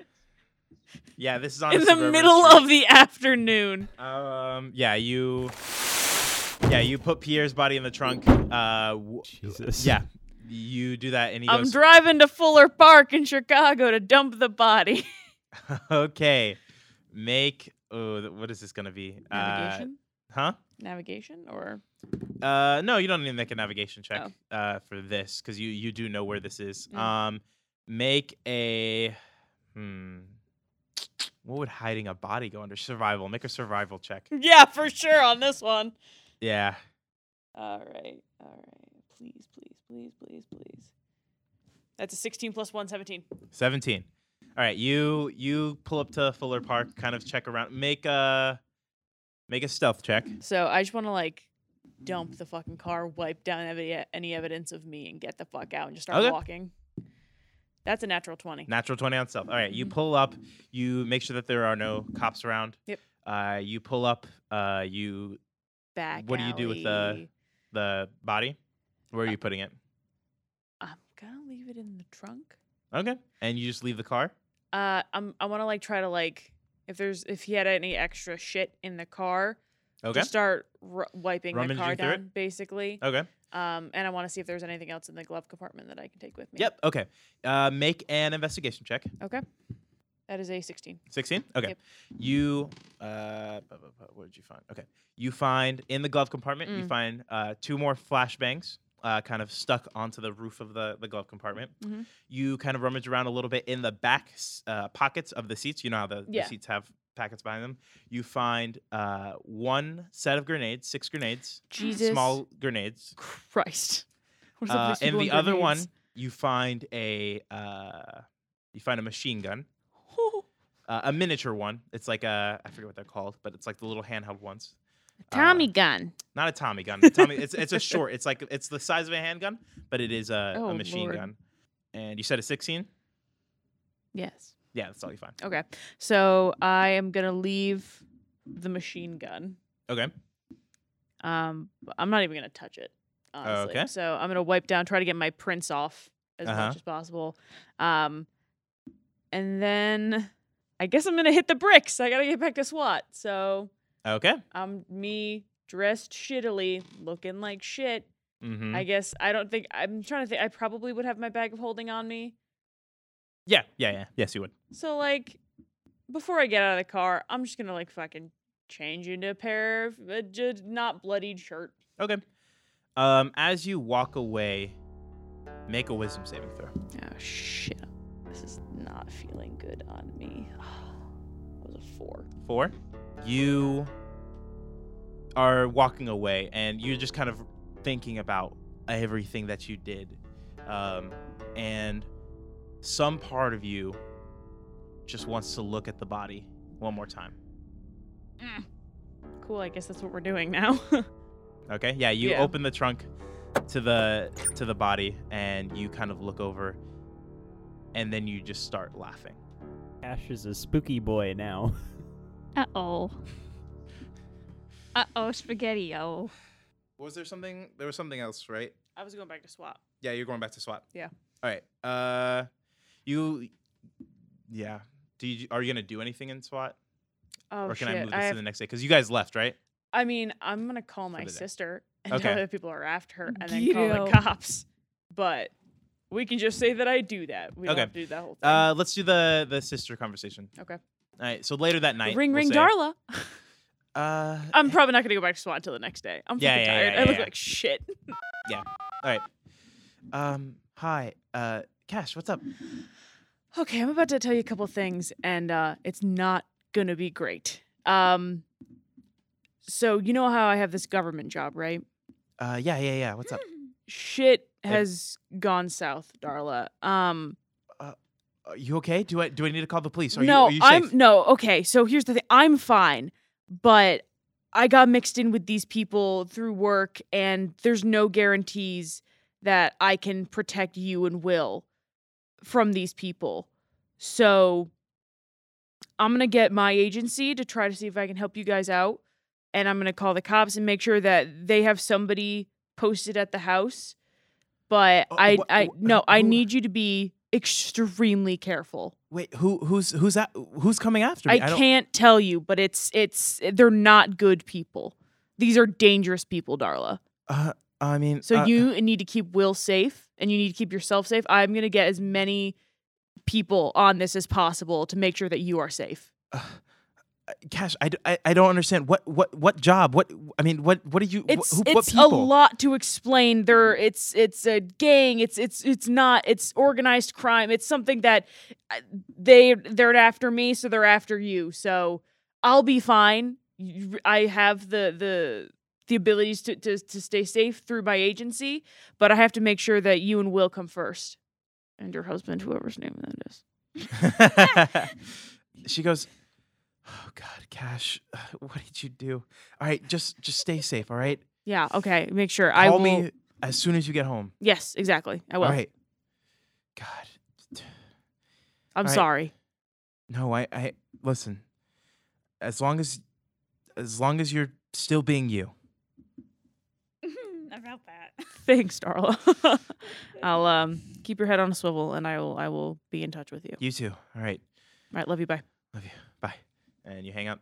Speaker 1: yeah, this is on a
Speaker 2: in the
Speaker 1: suburban
Speaker 2: middle
Speaker 1: street.
Speaker 2: of the afternoon.
Speaker 1: Um. Yeah. You. Yeah. You put Pierre's body in the trunk. Uh. W-
Speaker 5: Jesus.
Speaker 1: yeah. You do that, and he
Speaker 2: I'm
Speaker 1: goes,
Speaker 2: driving to Fuller Park in Chicago to dump the body.
Speaker 1: "Okay, make. Oh, th- what is this gonna be?
Speaker 2: Navigation?
Speaker 1: Uh,
Speaker 2: Navigation or
Speaker 1: huh? Uh. No, you don't need to make a navigation check.
Speaker 2: Oh.
Speaker 1: Uh. For this, because you you do know where this is.
Speaker 2: Mm.
Speaker 1: Um. Make a. Hmm. What would hiding a body go under? Survival. Make a survival check.
Speaker 2: Yeah, for sure on this one.
Speaker 1: Yeah.
Speaker 2: All right. All right. Please, please, please, please, please. That's a 16 plus 1, 17.
Speaker 1: 17 all right you you pull up to fuller park kind of check around make a make a stealth check
Speaker 2: So I just want to like dump the fucking car, wipe down evi- any evidence of me, and get the fuck out and just start
Speaker 1: Okay.
Speaker 2: walking. That's a natural 20.
Speaker 1: natural 20 on stealth all right you
Speaker 2: Mhm.
Speaker 1: pull up you make sure that there are no cops around
Speaker 2: Yep.
Speaker 1: uh, you pull up uh, you
Speaker 2: Back.
Speaker 1: what do you do with uh, the-
Speaker 2: alley.
Speaker 1: the body where
Speaker 2: Uh,
Speaker 1: are you putting it
Speaker 2: I'm gonna leave it in the trunk.
Speaker 1: okay and you just leave the car
Speaker 2: Uh, I'm. I want to like try to like if there's if he had any extra shit in the car,
Speaker 1: okay
Speaker 2: just start r- wiping the
Speaker 1: Rummaging
Speaker 2: car
Speaker 1: through it?
Speaker 2: down basically.
Speaker 1: okay
Speaker 2: Um, and I want to see if there's anything else in the glove compartment that I can take with me.
Speaker 1: yep okay uh, make an investigation check
Speaker 2: Okay. That is a 16.
Speaker 1: 16 okay
Speaker 2: Yep.
Speaker 1: you uh bu- bu- bu- what did you find okay you find in the glove compartment you
Speaker 2: Mm.
Speaker 1: find uh two more flashbangs uh kind of stuck onto the roof of the the glove compartment
Speaker 2: Mhm.
Speaker 1: you kind of rummage around a little bit in the back s- uh, pockets of the seats you know how the, the
Speaker 2: Yeah.
Speaker 1: seats have packets behind them you find uh one set of grenades six grenades
Speaker 2: Jesus
Speaker 1: small grenades
Speaker 2: Christ. What is up
Speaker 1: uh,
Speaker 2: with these
Speaker 1: and
Speaker 2: people
Speaker 1: the
Speaker 2: and
Speaker 1: other one
Speaker 2: grenades?
Speaker 1: you find a uh you find a machine gun uh, a miniature one. It's like a I forget what they're called, but it's like the little handheld ones.
Speaker 2: Tommy
Speaker 1: Uh,
Speaker 2: gun.
Speaker 1: not a Tommy gun. A Tommy. It's it's a short. It's like it's the size of a handgun, but it is a,
Speaker 2: Oh,
Speaker 1: a machine
Speaker 2: Lord.
Speaker 1: gun. And you said a sixteen.
Speaker 2: Yes.
Speaker 1: Yeah, that's all you find.
Speaker 2: Okay. So I am gonna leave the machine gun.
Speaker 1: Okay.
Speaker 2: Um, b- I'm not even gonna touch it. Honestly.
Speaker 1: Okay.
Speaker 2: So I'm gonna wipe down, try to get my prints off as
Speaker 1: Uh-huh.
Speaker 2: much as possible. Um, and then I guess I'm gonna hit the bricks. I gotta get back to SWAT. So
Speaker 1: Okay.
Speaker 2: I'm um, me dressed shittily, looking like shit.
Speaker 1: Mm-hmm.
Speaker 2: I guess I don't think I'm trying to think. I probably would have my bag of holding on me.
Speaker 1: yeah. Yeah. Yeah. Yes, you would.
Speaker 2: So like, before I get out of the car, I'm just gonna like fucking change into a pair of a j- not bloodied shirt.
Speaker 1: Okay. Um, as you walk away, make a wisdom saving throw.
Speaker 2: Oh shit! This is not feeling good on me. That was a four.
Speaker 1: Four. You are walking away, and you're just kind of thinking about everything that you did, um, and some part of you just wants to look at the body one more time.
Speaker 2: Cool. I guess that's what we're doing now.
Speaker 1: Okay. Yeah. You
Speaker 2: Yeah.
Speaker 1: open the trunk to the to the body, and you kind of look over, and then you just start laughing.
Speaker 5: Ash is a spooky boy now.
Speaker 4: Uh oh. Uh oh, spaghetti oh.
Speaker 1: Was there something? There was something else, right?
Speaker 2: I was going back to swap.
Speaker 1: Yeah, you're going back to SWAT.
Speaker 2: Yeah.
Speaker 1: All right. Uh, you. Yeah. Do you are you gonna do anything in SWAT,
Speaker 2: Oh
Speaker 1: or can
Speaker 2: shit!
Speaker 1: I move this
Speaker 2: I,
Speaker 1: to the next day? Because you guys left, right?
Speaker 2: I mean, I'm gonna call my
Speaker 1: the day.
Speaker 2: sister and
Speaker 1: Okay.
Speaker 2: tell her that people are after her, and then call
Speaker 4: Guido.
Speaker 2: the cops. But we can just say that I do that. We don't
Speaker 1: Okay.
Speaker 2: have to do that whole thing.
Speaker 1: Uh, let's do the the sister conversation.
Speaker 2: Okay.
Speaker 1: All right. So later that night.
Speaker 2: ring,
Speaker 1: we'll
Speaker 2: ring,
Speaker 1: say,
Speaker 2: Darla.
Speaker 1: Uh,
Speaker 2: I'm probably not gonna go back to SWAT until the next day. I'm
Speaker 1: Yeah,
Speaker 2: fucking
Speaker 1: yeah,
Speaker 2: tired.
Speaker 1: yeah,
Speaker 2: I
Speaker 1: yeah,
Speaker 2: look
Speaker 1: yeah.
Speaker 2: like shit.
Speaker 1: all right. Um. Hi. Uh. Cash. What's up?
Speaker 2: Okay, I'm about to tell you a couple things, and uh, it's not gonna be great. Um, so you know how I have this government job, right?
Speaker 1: Uh. Yeah. Yeah. Yeah. What's up?
Speaker 2: Shit
Speaker 1: Ev-
Speaker 2: has gone south, Darla. Um,
Speaker 1: Are you okay? Do I do I need to call the police? Are
Speaker 2: no,
Speaker 1: you, are you
Speaker 2: I'm
Speaker 1: safe?
Speaker 2: no. Okay, so here's the thing. I'm fine, but I got mixed in with these people through work, and there's no guarantees that I can protect you and Will from these people. So I'm going to get my agency to try to see if I can help you guys out. And I'm going to call the cops and make sure that they have somebody posted at the house. But
Speaker 1: Oh,
Speaker 2: I,
Speaker 1: wha-
Speaker 2: I,
Speaker 1: wha-
Speaker 2: no, I
Speaker 1: who-
Speaker 2: need you to be extremely careful.
Speaker 1: Wait, who who's who's at, who's coming after me?
Speaker 2: I,
Speaker 1: don't-
Speaker 2: can't tell you, but it's, it's, they're not good people. These are dangerous people, Darla.
Speaker 1: Uh, I mean,
Speaker 2: So
Speaker 1: uh,
Speaker 2: you need to keep Will safe and you need to keep yourself safe. I'm going to get as many people on this as possible to make sure that you are safe.
Speaker 1: Cash, I, d- I- I don't understand what what what job? What I mean, what what do you? wh-
Speaker 2: It's
Speaker 1: who, what
Speaker 2: it's
Speaker 1: people?
Speaker 2: a lot to explain. There it's it's a gang. It's it's it's not it's organized crime. It's something that uh, they they're after me, so they're after you. So I'll be fine. You- I have the the the abilities to, to to stay safe through my agency, but I have to make sure that you and Will come first. And your husband, whoever's name that is.
Speaker 1: she goes, "Oh God, Cash, what did you do? All right, just just stay safe. All right,
Speaker 2: Yeah, okay. Make sure I
Speaker 1: call
Speaker 2: will
Speaker 1: me as soon as you get home.
Speaker 2: Yes, exactly. I will.
Speaker 1: All right. God,
Speaker 2: I'm
Speaker 1: all right.
Speaker 2: sorry.
Speaker 1: no, I I listen. As long as as long as you're still being you,
Speaker 4: About that.
Speaker 2: Thanks, Darla. I'll
Speaker 4: uh,
Speaker 2: um keep your head on a swivel and I will I will be in touch with you.
Speaker 1: you too. All right,
Speaker 2: All right, love you, bye.
Speaker 1: love you. Bye." And you hang up.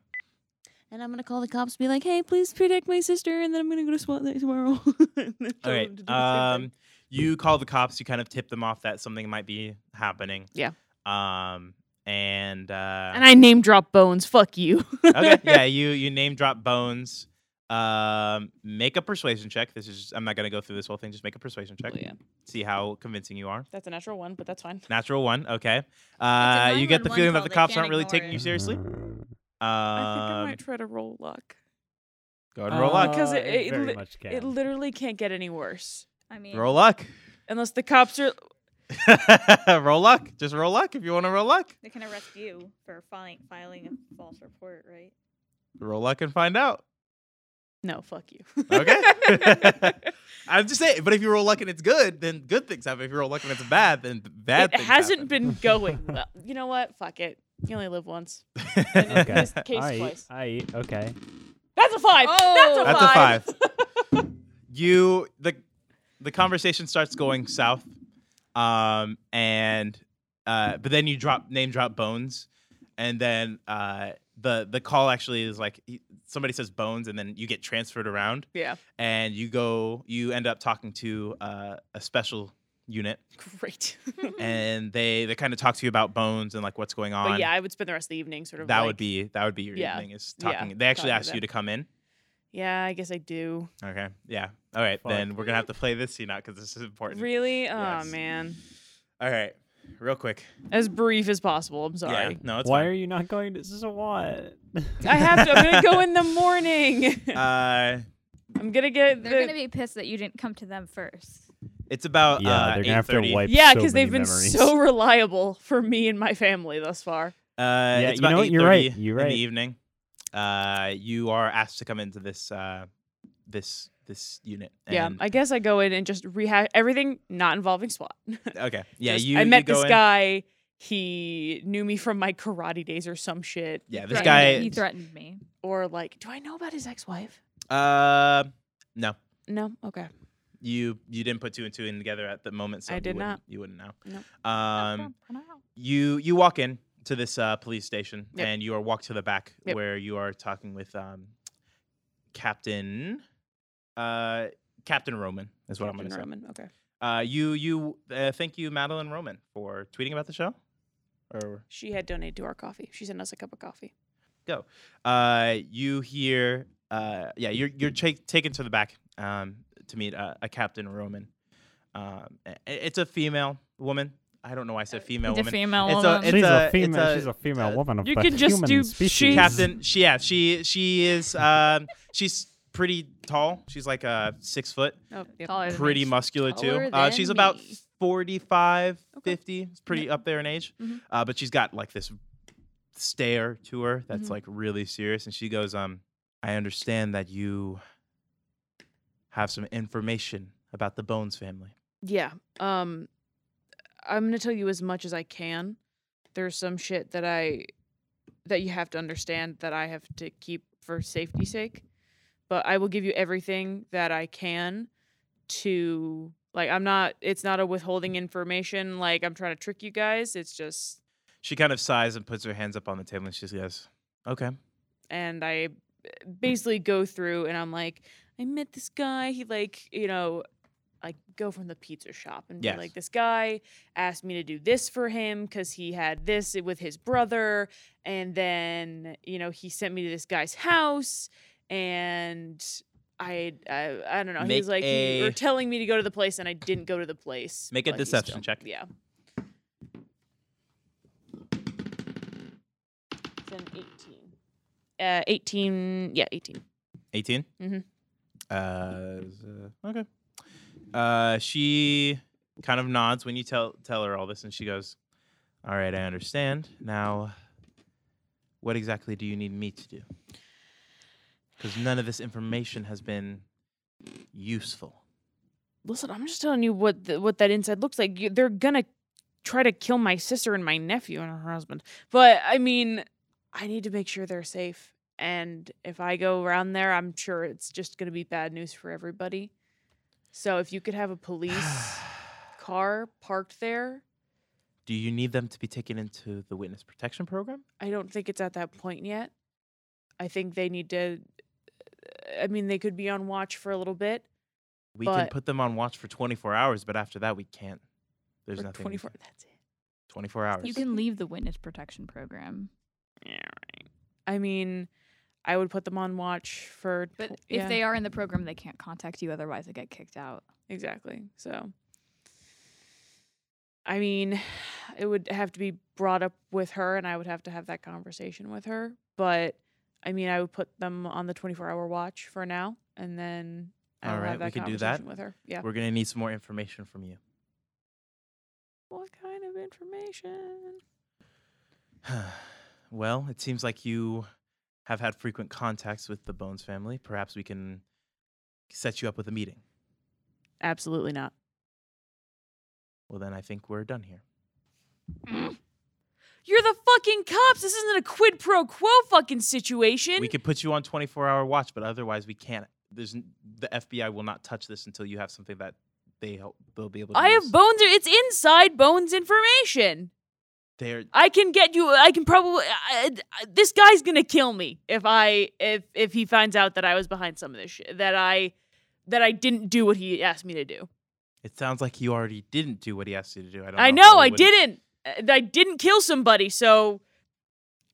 Speaker 6: And I'm gonna call the cops, be like, "Hey, please protect my sister," and then I'm gonna go to SWAT night tomorrow. And then tell
Speaker 1: All
Speaker 6: them to do the same
Speaker 1: right.
Speaker 6: thing.
Speaker 1: Um, you call the cops. You kind of tip them off that something might be happening.
Speaker 2: Yeah.
Speaker 1: Um, and uh,
Speaker 2: And I name drop bones. Fuck you.
Speaker 1: okay, yeah. You you name drop Bones. Um, make a persuasion check. This is I'm not gonna go through this whole thing. Just make a persuasion
Speaker 6: Oh,
Speaker 1: check.
Speaker 2: yeah.
Speaker 1: See how convincing you are.
Speaker 2: That's a natural one, but that's fine.
Speaker 1: Natural one. Okay. Uh, you get the
Speaker 6: 911
Speaker 1: feeling that
Speaker 6: call.
Speaker 1: the
Speaker 6: They
Speaker 1: cops
Speaker 6: can't
Speaker 1: aren't really
Speaker 6: ignore
Speaker 1: taking
Speaker 6: it.
Speaker 1: you seriously.
Speaker 2: I think I
Speaker 1: Um,
Speaker 2: might try to roll luck.
Speaker 1: go ahead and roll luck.
Speaker 2: Because Uh, it- it
Speaker 5: very
Speaker 2: li-
Speaker 5: much
Speaker 2: It
Speaker 5: can.
Speaker 2: literally can't get any worse.
Speaker 4: I
Speaker 6: Oh,
Speaker 4: mean,
Speaker 1: Roll luck.
Speaker 2: Unless the cops are
Speaker 1: roll luck. Just roll luck if you want to roll luck.
Speaker 4: they can arrest you for filing filing a false report, right?
Speaker 1: Roll luck and find out.
Speaker 2: No, fuck you.
Speaker 1: Okay. I'm just saying, but if you roll luck and it's good, then good things happen. If you roll luck and it's bad, then b- bad
Speaker 2: it
Speaker 1: things
Speaker 2: hasn't
Speaker 1: happen.
Speaker 2: been going well. You know what? Fuck it. You only live once. in
Speaker 5: Okay.
Speaker 2: this case
Speaker 5: I eat,
Speaker 2: twice.
Speaker 5: I eat. Okay.
Speaker 2: That's a five.
Speaker 6: Oh!
Speaker 2: That's
Speaker 1: That's
Speaker 2: a
Speaker 1: a
Speaker 2: five.
Speaker 1: five. you the the conversation starts going south, um, and uh, but then you drop name drop bones, and then uh, the the call actually is like he- somebody says bones, and then you get transferred around,
Speaker 2: Yeah.
Speaker 1: and you go you end up talking to uh, a special unit,
Speaker 2: Great.
Speaker 1: and they they kind of talk to you about bones and like what's going on.
Speaker 2: But yeah, I would spend the rest of the evening sort of.
Speaker 1: that would
Speaker 2: like-
Speaker 1: be that would be your
Speaker 2: yeah,
Speaker 1: evening is
Speaker 2: yeah,
Speaker 1: talking. they actually
Speaker 2: talking to
Speaker 1: asked you
Speaker 2: them.
Speaker 1: to come in.
Speaker 2: Yeah, I guess I do.
Speaker 1: Okay. Yeah. All right.
Speaker 5: Fuck.
Speaker 1: Then we're gonna have to play this scene out because this is important.
Speaker 2: Really? Oh
Speaker 1: Yes.
Speaker 2: man.
Speaker 1: All right. Real quick.
Speaker 2: As brief as possible. I'm sorry.
Speaker 1: Yeah. No, it's
Speaker 5: Why
Speaker 1: fine.
Speaker 5: are you not going to? This is a what?
Speaker 2: I have to. I'm gonna go in the morning.
Speaker 1: Uh,
Speaker 2: I'm gonna get.
Speaker 4: They're
Speaker 2: The,
Speaker 4: gonna be pissed that you didn't come to them first.
Speaker 1: it's about
Speaker 5: yeah,
Speaker 1: uh,
Speaker 5: they're gonna have to
Speaker 1: 8:30.
Speaker 5: wipe.
Speaker 2: yeah,
Speaker 5: because
Speaker 2: because they've been so reliable for me and my family thus far.
Speaker 1: Uh,
Speaker 5: Yeah,
Speaker 1: it's
Speaker 5: you know
Speaker 1: about
Speaker 5: what? You're right.
Speaker 1: 8:30
Speaker 5: You're
Speaker 1: In
Speaker 5: right.
Speaker 1: the evening, uh, you are asked to come into this uh, this this unit.
Speaker 2: yeah,
Speaker 1: and-
Speaker 2: I guess I go in and just rehash everything not involving SWAT.
Speaker 1: okay. Yeah.
Speaker 2: Just,
Speaker 1: you.
Speaker 2: I
Speaker 1: you
Speaker 2: met
Speaker 1: go
Speaker 2: this
Speaker 1: in.
Speaker 2: guy. He knew me from my karate days or some shit.
Speaker 1: Yeah. This
Speaker 4: Threatened-
Speaker 1: guy.
Speaker 4: He threatened me.
Speaker 2: Or like, do I know about his ex-wife?
Speaker 1: Uh, no.
Speaker 2: No. Okay.
Speaker 1: You you didn't put two and two in together at the moment, so
Speaker 2: I
Speaker 1: you
Speaker 2: did
Speaker 1: wouldn't-
Speaker 2: not.
Speaker 1: You wouldn't know.
Speaker 2: Nope.
Speaker 1: Um, you you walk in to this uh, police station
Speaker 2: Yep.
Speaker 1: and you are walked to the back
Speaker 2: Yep.
Speaker 1: where you are talking with um, Captain uh, Captain Roman is what I'm going
Speaker 2: Captain
Speaker 1: to say.
Speaker 2: Roman. Okay.
Speaker 1: Uh, you you uh, thank you Madeline Roman for tweeting about the show. Or
Speaker 2: She had donated to our coffee. She sent us a cup of coffee.
Speaker 1: uh, you hear uh, yeah you're you're cha- taken to the back um, to meet uh, a Captain Roman. Um, i- it's a female woman. I don't know why I said female
Speaker 4: He's a
Speaker 1: woman.
Speaker 4: female
Speaker 1: It's a-
Speaker 4: woman.
Speaker 1: it's
Speaker 5: she's a,
Speaker 1: a-
Speaker 5: female.
Speaker 1: it's a-
Speaker 5: she's a female
Speaker 1: uh,
Speaker 5: woman. Of
Speaker 2: You
Speaker 5: the
Speaker 2: can just
Speaker 5: human
Speaker 2: do
Speaker 5: species.
Speaker 2: she's-
Speaker 1: Captain, she yeah, she she is um she's pretty tall. She's like uh six foot,
Speaker 2: Oh,
Speaker 4: Taller than
Speaker 1: pretty
Speaker 4: me.
Speaker 1: muscular too.
Speaker 6: Taller
Speaker 1: Uh, she's
Speaker 6: than
Speaker 1: about
Speaker 6: me.
Speaker 1: 45,
Speaker 2: Okay.
Speaker 1: 50. It's pretty up there in age.
Speaker 6: Mm-hmm.
Speaker 2: Mhm.
Speaker 1: Uh, but she's got like this stare to her that's
Speaker 6: Mm-hmm.
Speaker 2: Mhm.
Speaker 1: like really serious, and she goes, um, I understand that you have some information about the Bones family.
Speaker 2: yeah. Um, I'm gonna tell you as much as I can. There's some shit that I that you have to understand that I have to keep for safety's sake, but I will give you everything that I can to like. I'm not. It's not a withholding information. Like I'm trying to trick you guys. It's just
Speaker 1: She kind of sighs and puts her hands up on the table and she says, Okay.
Speaker 2: and I basically go through and I'm like, I met this guy. He like, you know, like go from the pizza shop and
Speaker 1: Yes.
Speaker 2: be like, this guy asked me to do this for him because he had this with his brother, and then you know he sent me to this guy's house, and I I, I don't know. he was
Speaker 1: Make
Speaker 2: like, you were
Speaker 1: a-
Speaker 2: telling me to go to the place, and I didn't go to the place.
Speaker 1: Make a
Speaker 2: but you
Speaker 1: deception
Speaker 2: still-
Speaker 1: check.
Speaker 2: Yeah. It's an eighteen. Uh, eighteen. Yeah, eighteen.
Speaker 1: 18?
Speaker 4: Mm-hmm.
Speaker 2: Mhm.
Speaker 1: Uh, is, uh, okay. Uh, she kind of nods when you tell tell her all this, and she goes, "All right, I understand. Now, what exactly do you need me to do? Because none of this information has been useful.
Speaker 2: Listen, I'm just telling you what the, what that inside looks like. You, they're gonna try to kill my sister and my nephew and her husband. But I mean, I need to make sure they're safe. And if I go around there, I'm sure it's just gonna be bad news for everybody. So if you could have a police car parked there,
Speaker 1: do you need them to be taken into the witness protection program?
Speaker 2: I don't think it's at that point yet. I think they need to. I mean, they could be on watch for a little bit.
Speaker 1: We can
Speaker 2: But-
Speaker 1: put them on watch for 24 hours, but after that, we can't. There's
Speaker 2: or
Speaker 1: nothing.
Speaker 2: 24. That's it.
Speaker 1: 24 hours.
Speaker 4: You can leave the witness protection program.
Speaker 2: Yeah, right. I mean, I would put them on watch for.
Speaker 4: But
Speaker 2: tw-
Speaker 4: if
Speaker 2: yeah,
Speaker 4: they are in the program, they can't contact you. Otherwise, they get kicked out.
Speaker 2: exactly. So, I mean, it would have to be brought up with her, and I would have to have that conversation with her. But I mean, I would put them on the twenty-four hour watch for now, and then I
Speaker 1: All
Speaker 2: will
Speaker 1: right,
Speaker 2: have
Speaker 1: we
Speaker 2: that
Speaker 1: could do
Speaker 2: conversation
Speaker 1: that.
Speaker 2: with her. Yeah.
Speaker 1: We're gonna need some more information from you.
Speaker 2: What kind of information?
Speaker 1: well, it seems like you have had frequent contacts with the Bones family. Perhaps we can set you up with a meeting.
Speaker 2: Absolutely not.
Speaker 1: Well, then I think we're done here.
Speaker 2: You're the fucking cops. This isn't a quid pro quo fucking situation.
Speaker 1: We could put you on 24 hour watch, but otherwise we can't. There's n- the FBI will not touch this until you have something that they help, they'll be able to.
Speaker 2: I have
Speaker 1: use.
Speaker 2: bones. It's inside bones information.
Speaker 1: They're
Speaker 2: I can get you. I can probably. I, I- this guy's gonna kill me if I if if he finds out that I was behind some of this shit. That I that I didn't do what he asked me to do.
Speaker 1: It sounds like you already didn't do what he asked you to do. I don't.
Speaker 2: I
Speaker 1: know how
Speaker 2: know
Speaker 1: we
Speaker 2: I
Speaker 1: wouldn't-
Speaker 2: didn't. Uh, I didn't kill somebody. So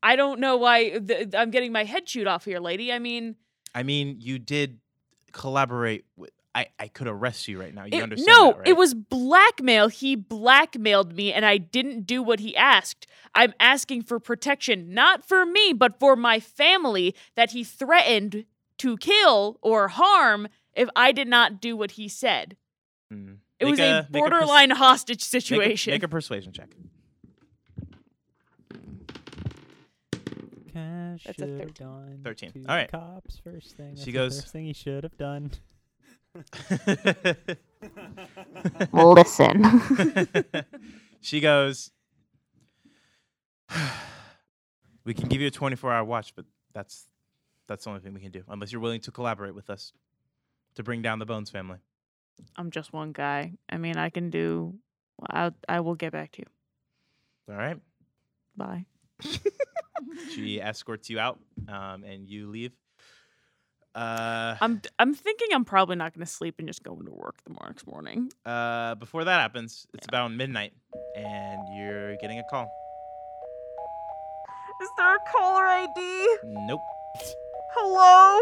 Speaker 2: I don't know why th- I'm getting my head chewed off here, lady. I mean,
Speaker 1: I mean, you did collaborate. With, I I could arrest you right now. You
Speaker 2: it-
Speaker 1: understand?
Speaker 2: no,
Speaker 1: that, right?
Speaker 2: it was blackmail. He blackmailed me, and I didn't do what he asked. I'm asking for protection, not for me, but for my family that he threatened to kill or harm if I did not do what he said.
Speaker 1: Mm.
Speaker 2: It
Speaker 1: Make
Speaker 2: was
Speaker 1: a-
Speaker 2: a,
Speaker 1: make pers-
Speaker 2: borderline hostage
Speaker 1: make a-
Speaker 2: situation.
Speaker 1: Make a persuasion check.
Speaker 5: Cash
Speaker 2: That's a
Speaker 5: should've
Speaker 2: 13.
Speaker 5: gone
Speaker 1: 13.
Speaker 5: to
Speaker 1: All
Speaker 5: the
Speaker 1: right.
Speaker 5: Cops first thing. That's the
Speaker 1: goes-
Speaker 5: First thing he should have done.
Speaker 7: Listen.
Speaker 1: she goes, We can give you a 24 hour watch, but that's that's the only thing we can do, unless you're willing to collaborate with us to bring down the Bones family.
Speaker 2: I'm just one guy. I mean, I can do. I I will get back to you.
Speaker 1: All right.
Speaker 2: Bye.
Speaker 1: She escorts you out, um, and you leave. Uh,
Speaker 2: I'm I'm thinking I'm probably not going to sleep and just going to work the next morning.
Speaker 1: uh, before that happens, it's about midnight, and you're getting a call.
Speaker 2: Is there a caller ID?
Speaker 1: Nope.
Speaker 2: Hello?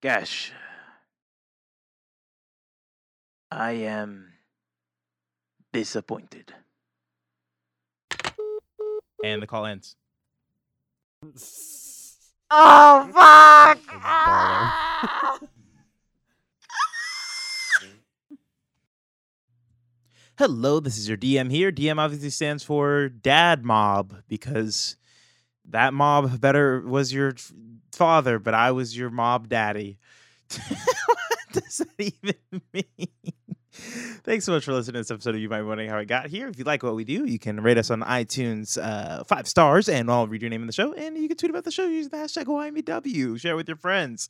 Speaker 1: Gash. I am disappointed. And the call ends.
Speaker 7: oh, fuck!
Speaker 1: Hello, this is your DM here. DM obviously stands for Dad Mob because that mob better was your f- father, but I was your mob daddy. does that even mean? Thanks so much for listening to this episode of You Might Be Wondering How I Got Here. If you like what we do, you can rate us on iTunes uh, five stars, and I'll read your name in the show. And you can tweet about the show using the hashtag YMEW. Share with your friends.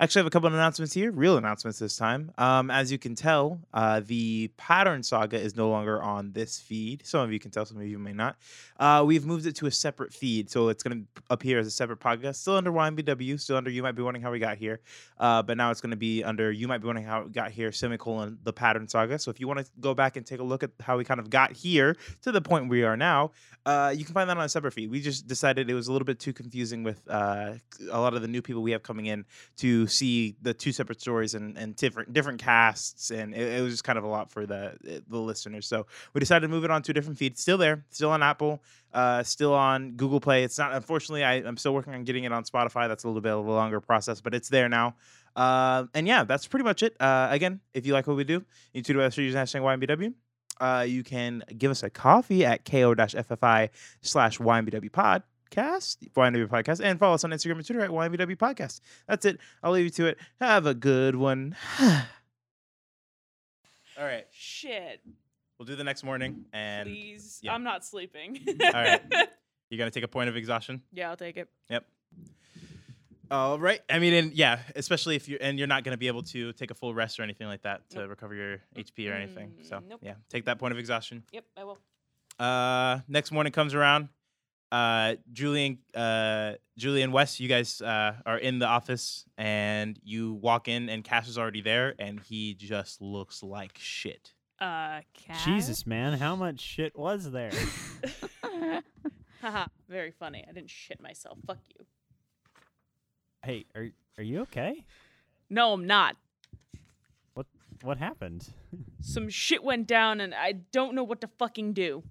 Speaker 1: Actually, I have a couple of announcements here, real announcements this time. Um, as you can tell, uh, the Pattern Saga is no longer on this feed. Some of you can tell, some of you may not. Uh, we've moved it to a separate feed, so it's going to appear as a separate podcast, still under YMBW, still under You Might Be Wondering How We Got Here, uh, but now it's going to be under You Might Be Wondering How It Got Here, semicolon, the Pattern Saga. So if you want to go back and take a look at how we kind of got here to the point we are now, uh, you can find that on a separate feed. We just decided it was a little bit too confusing with uh, a lot of the new people we have coming in to see the two separate stories and, and different different casts and it, it was just kind of a lot for the the listeners so we decided to move it on to a different feed still there still on apple uh, still on google play it's not unfortunately I, i'm still working on getting it on spotify that's a little bit of a longer process but it's there now uh, and yeah that's pretty much it uh, again if you like what we do you tweet about us using hashtag YMBW. Uh, you can give us a coffee at ko-ffi slash YMBW podcast, YMBW podcast, and follow us on Instagram and Twitter at YMBW podcast. That's it. I'll leave you to it. Have a good one. All right.
Speaker 2: Shit.
Speaker 1: We'll do the next morning. And
Speaker 2: Please.
Speaker 1: yeah.
Speaker 2: I'm not sleeping.
Speaker 1: right. you're going to take a point of exhaustion?
Speaker 2: yeah, I'll take it.
Speaker 1: Yep. All right. I mean, and yeah, especially if you're, and you're not going to be able to take a full rest or anything like that to
Speaker 2: Nope.
Speaker 1: recover your HP or anything. So,
Speaker 2: Mm, nope.
Speaker 1: yeah, take that point of exhaustion.
Speaker 2: Yep, I will.
Speaker 1: Uh, next morning comes around. Uh, Julian, uh, Julian West, you guys uh, are in the office, and you walk in, and Cash is already there, and he just looks like shit.
Speaker 4: Uh, cat?
Speaker 5: Jesus, man, how much shit was there?
Speaker 2: Haha. Very funny. I didn't shit myself. Fuck you.
Speaker 5: hey, are are you okay?
Speaker 2: No, I'm not.
Speaker 5: What what happened?
Speaker 2: Some shit went down and I don't know what to fucking do.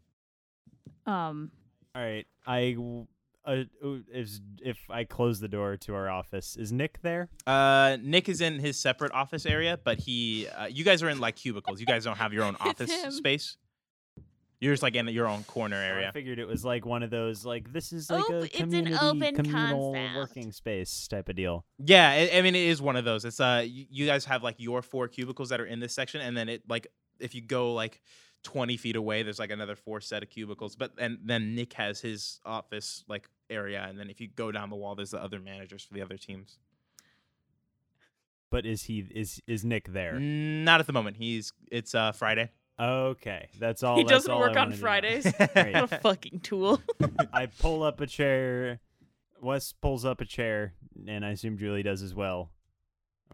Speaker 4: Um,
Speaker 5: All right, I w- uh, ooh, if if I close the door to our office, is Nick there?
Speaker 1: Uh, Nick is in his separate office area, but he, uh, you guys are in like cubicles. You guys don't have your own office
Speaker 8: him.
Speaker 1: space. You're just like in your own corner
Speaker 5: Oh, I
Speaker 1: area.
Speaker 5: figured it was like one of those like this is like
Speaker 8: Oh,
Speaker 5: a
Speaker 8: it's an
Speaker 5: community
Speaker 8: open
Speaker 5: communal
Speaker 8: concept.
Speaker 5: working space type of deal.
Speaker 1: Yeah, I, I mean it is one of those. It's uh, you, you guys have like your four cubicles that are in this section, and then it like if you go like twenty feet away, there's like another four set of cubicles. But and then Nick has his office like area, and then if you go down the wall, there's the other managers for the other teams.
Speaker 5: But is he is is Nick
Speaker 1: Mm.
Speaker 5: there?
Speaker 1: Not at the moment. He's it's uh Friday.
Speaker 5: Okay, that's all.
Speaker 2: he
Speaker 5: that's
Speaker 2: doesn't
Speaker 5: all I
Speaker 2: work on
Speaker 5: wanted to know.
Speaker 2: Fridays.
Speaker 5: Great.
Speaker 2: what a fucking tool.
Speaker 5: I pull up a chair. Wes pulls up a chair, and I assume Julie does as well.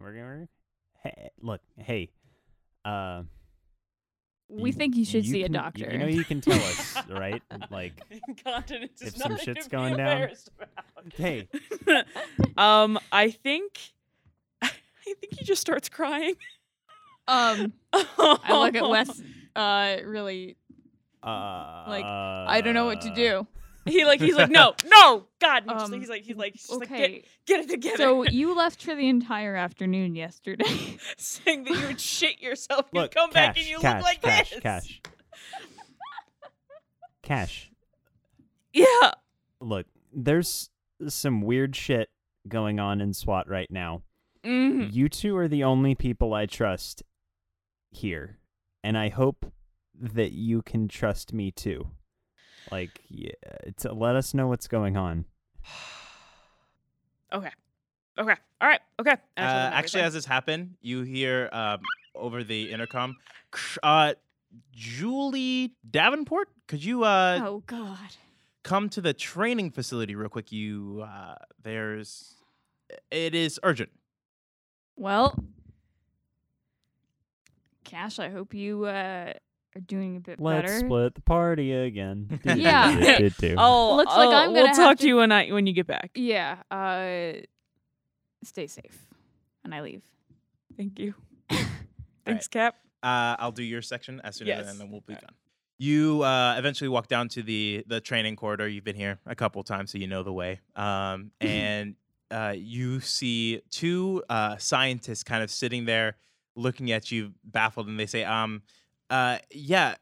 Speaker 5: We're gonna hey, look. Hey, uh,
Speaker 4: we
Speaker 5: you-
Speaker 4: think you should see a
Speaker 5: can- you-
Speaker 4: doctor.
Speaker 5: You know you can tell us, right? Like,
Speaker 2: Incontinence is
Speaker 5: If some
Speaker 2: nothing to
Speaker 5: shit's
Speaker 2: be
Speaker 5: going down.
Speaker 2: embarrassed about.
Speaker 5: hey,
Speaker 2: um, I think, I think he just starts crying.
Speaker 4: um, I look at Wes. Uh, really,
Speaker 5: uh,
Speaker 4: I don't know what to do.
Speaker 2: He like he's like no no God. and he's,
Speaker 4: Um,
Speaker 2: like, he's like he's like he's like get
Speaker 4: Okay,
Speaker 2: get it together.
Speaker 4: so you left for the entire afternoon yesterday.
Speaker 2: saying that you would shit yourself. You
Speaker 5: Look,
Speaker 2: come back
Speaker 5: cash,
Speaker 2: and you
Speaker 5: cash,
Speaker 2: look like
Speaker 5: cash,
Speaker 2: this.
Speaker 5: Cash, cash.
Speaker 2: Yeah.
Speaker 5: Look, there's some weird shit going on in SWAT right now.
Speaker 2: Mm.
Speaker 5: You two are the only people I trust here, and I hope that you can trust me too. Like, yeah, to let us know what's going on.
Speaker 2: Okay. All right. Okay. And I
Speaker 1: Uh,
Speaker 2: told him
Speaker 1: actually,
Speaker 2: everything.
Speaker 1: as this happened, you hear um, over the intercom, uh, Julie Davenport. Could you uh,
Speaker 4: oh God.
Speaker 1: come to the training facility real quick. You, uh, there's, it is urgent.
Speaker 4: Well, Cash, I hope you uh, are doing a bit
Speaker 5: Let's
Speaker 4: better.
Speaker 5: split the party again.
Speaker 4: Yeah.
Speaker 2: I'll,
Speaker 4: looks like
Speaker 2: I'll-
Speaker 4: I'm
Speaker 2: Oh, we'll
Speaker 4: gonna have
Speaker 2: talk
Speaker 4: to-
Speaker 2: to you when I when you get back.
Speaker 4: Yeah. Uh, stay safe, and I leave.
Speaker 2: Thank you. Thanks, Cap.
Speaker 1: Uh, I'll do your section as soon as,
Speaker 2: Yes.
Speaker 1: and then we'll be done. You uh, eventually walk down to the the training corridor. You've been here a couple times, so you know the way. Um, and uh, you see two uh, scientists kind of sitting there, looking at you, baffled, and they say, "Um, uh, yeah,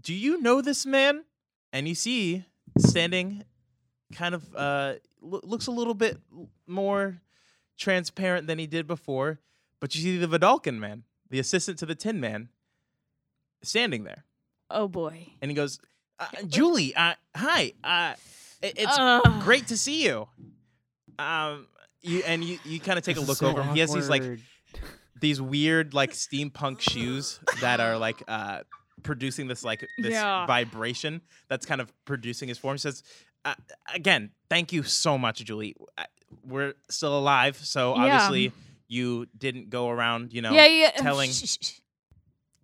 Speaker 1: do you know this man?" And you see standing, kind of uh, loo- looks a little bit more transparent than he did before, But you see the Vidalkin man, the assistant to the Tin Man, standing there,
Speaker 4: Oh boy.
Speaker 1: and he goes, uh, "Julie, uh, hi. Uh, it- it's
Speaker 4: Ugh.
Speaker 1: great to see you." Um, you and you, you kind of take a look over him. He has these like these weird like steampunk shoes that are like uh producing this like this
Speaker 2: Yeah.
Speaker 1: vibration that's kind of producing his form. He says, uh, "Again, thank you so much, Julie. I, we're still alive, so
Speaker 4: Yeah.
Speaker 1: obviously you didn't go around, you know,
Speaker 4: yeah, yeah.
Speaker 1: telling-
Speaker 4: Shh, shh, shh.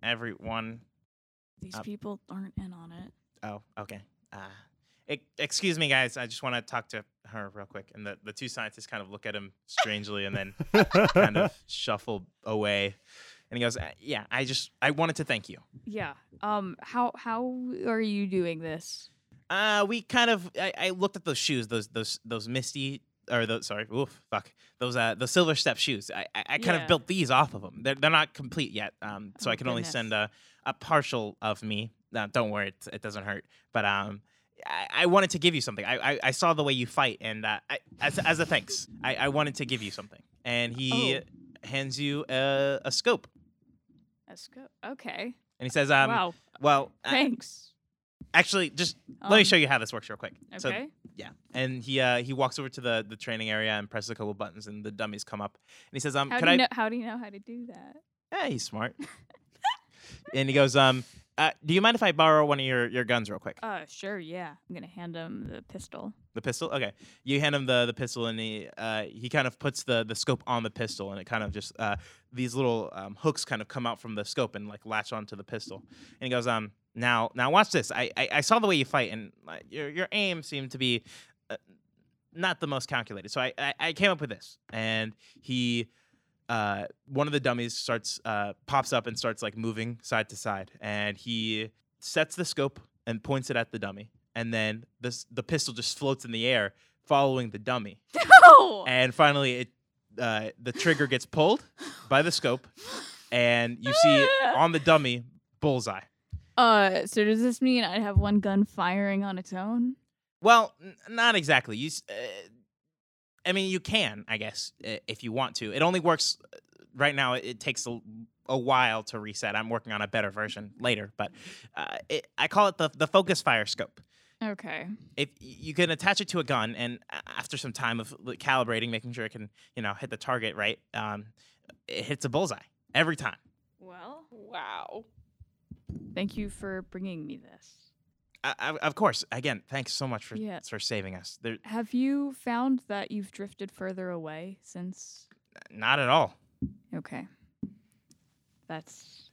Speaker 1: everyone."
Speaker 4: These
Speaker 1: Uh,
Speaker 4: people aren't in on it.
Speaker 1: Oh, okay. Uh, ex- excuse me, guys. I just want to talk to her real quick. And the, the two scientists kind of look at him strangely and then kind of shuffle away. And he goes, "Uh, "Yeah, I just I wanted to thank you."
Speaker 4: Yeah. Um. How how are you doing this?
Speaker 1: Uh, we kind of I, I looked at those shoes, those those those misty or those sorry, oof, fuck, those uh the silver step shoes. I I, I kind
Speaker 4: Yeah.
Speaker 1: of built these off of them. They're they're not complete yet, um, so
Speaker 4: Oh,
Speaker 1: I can only
Speaker 4: goodness.
Speaker 1: send a a partial of me. Uh, don't worry, it, it doesn't hurt. But um, I, I wanted to give you something. I I, I saw the way you fight, and uh, I, as as a thanks, I I wanted to give you something. And he
Speaker 4: Oh.
Speaker 1: hands you a, a scope,
Speaker 4: Let's go. Okay.
Speaker 1: and he says, um,
Speaker 4: wow.
Speaker 1: well, I,
Speaker 4: Thanks. Um,
Speaker 1: actually, just let me show you how this works real quick. So
Speaker 4: Okay.
Speaker 1: Yeah, and he uh, he walks over to the the training area and presses a couple buttons, and the dummies come up. And he says, "Um,
Speaker 4: how
Speaker 1: could
Speaker 4: do you
Speaker 1: I?"
Speaker 4: know? How do you know how to do that?
Speaker 1: Eh, he's smart. and he goes, "Um, uh, do you mind if I borrow one of your your guns real quick?
Speaker 4: Uh, sure. Yeah. I'm gonna hand him the pistol.
Speaker 1: The pistol? Okay. You hand him the the pistol, and he uh, he kind of puts the the scope on the pistol, and it kind of just uh, these little um, hooks kind of come out from the scope and like latch onto the pistol. And he goes, "Um, now now watch this. I I, I saw the way you fight, and uh, your your aim seemed to be." Uh, not the most calculated. So I, I, I came up with this, and he, uh, one of the dummies starts uh, pops up and starts like moving side to side, and he sets the scope and points it at the dummy, and then this the pistol just floats in the air, following the dummy,
Speaker 4: No.
Speaker 1: and finally it, uh, the trigger gets pulled by the scope, and you see on the dummy bullseye.
Speaker 4: Uh. So does this mean I have one gun firing on its own?
Speaker 1: Well, n- not exactly. You, s- uh, I mean, you can, I guess, i- if you want to. It only works uh, right now. It, it takes a, a while to reset. I'm working on a better version later, but uh, it, I call it the the focus fire scope.
Speaker 4: Okay.
Speaker 1: If y- you can attach it to a gun, and a- after some time of li- calibrating, making sure it can, you know, hit the target right, um, it hits a bullseye every time.
Speaker 4: Well,
Speaker 2: Wow.
Speaker 4: thank you for bringing me this.
Speaker 1: I, I, of course. Again, thanks so much for
Speaker 4: Yeah.
Speaker 1: for saving us. There,
Speaker 4: Have you found that you've drifted further away since?
Speaker 1: not at all.
Speaker 4: Okay. That's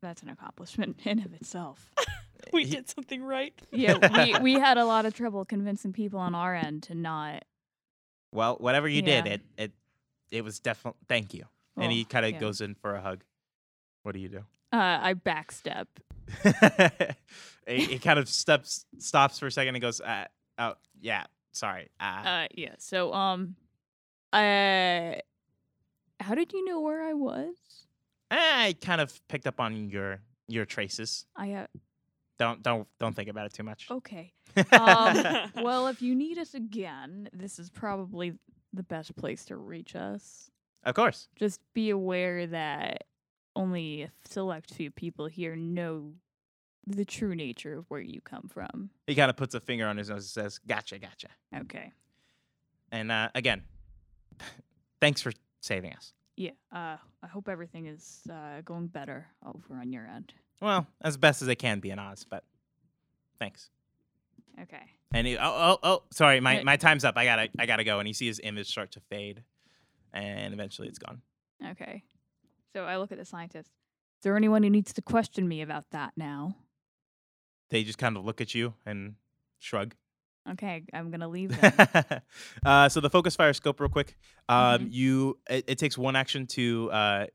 Speaker 4: that's an accomplishment in of itself.
Speaker 2: We
Speaker 1: He-
Speaker 2: did something right.
Speaker 4: yeah, we, we had a lot of trouble convincing people on our end to not.
Speaker 1: Well, whatever you did,
Speaker 4: Yeah.
Speaker 1: it it it was definitely thank you.
Speaker 4: well,
Speaker 1: and he kind of
Speaker 4: yeah.
Speaker 1: goes in for a hug. What do you do?
Speaker 4: Uh, I backstep.
Speaker 1: he, he kind of steps, stops for a second, and goes, uh, "Oh, yeah, sorry. Uh,
Speaker 4: Uh, yeah. So um, uh, how did you know where I was? Uh
Speaker 1: I kind of picked up on your your traces.
Speaker 4: I uh,
Speaker 1: Don't don't don't think about it too much."
Speaker 4: okay. Um, well, if you need us again, this is probably the best place to reach us.
Speaker 1: of course.
Speaker 4: just be aware that only a select few people here know the true nature of where you come from.
Speaker 1: He kind of puts a finger on his nose and says, "Gotcha, gotcha."
Speaker 4: Okay.
Speaker 1: And uh, again, thanks for saving us.
Speaker 4: Yeah. Uh, I hope everything is uh, going better over on your end.
Speaker 1: Well, as best as I can be in Oz, but thanks.
Speaker 4: Okay.
Speaker 1: And he, oh, oh, oh, sorry, my,
Speaker 4: Right.
Speaker 1: my time's up. I gotta, I gotta go. And you see his image start to fade, and eventually it's gone.
Speaker 4: Okay. So I look at the scientist. Is there anyone who needs to question me about that now?
Speaker 1: They just kind of look at you and shrug.
Speaker 4: Okay, I'm gonna leave then.
Speaker 1: uh, so the focus fire scope, real quick. Um,
Speaker 4: Mhm.
Speaker 1: You, it, it takes one action to, uh,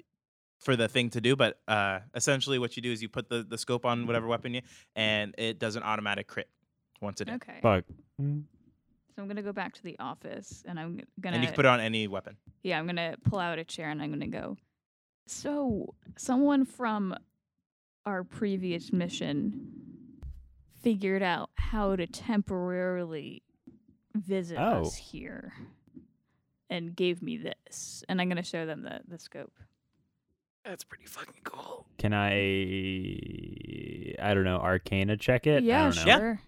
Speaker 1: for the thing to do, but uh, essentially what you do is you put the, the scope on whatever
Speaker 4: Mm-hmm.
Speaker 1: weapon you, and it does an automatic crit once a day,
Speaker 4: okay.
Speaker 5: Fuck.
Speaker 4: So I'm gonna go back to the office, and I'm gonna.
Speaker 1: and you can put it on any weapon.
Speaker 4: Yeah, I'm gonna pull out a chair and I'm gonna go. So, someone from our previous mission figured out how to temporarily visit
Speaker 5: Oh.
Speaker 4: us here. and gave me this, and I'm gonna show them the the scope.
Speaker 2: That's pretty fucking cool.
Speaker 5: Can I? I don't know. Arcana check it. I
Speaker 4: yeah,
Speaker 5: don't know.
Speaker 1: Yeah.
Speaker 4: sure.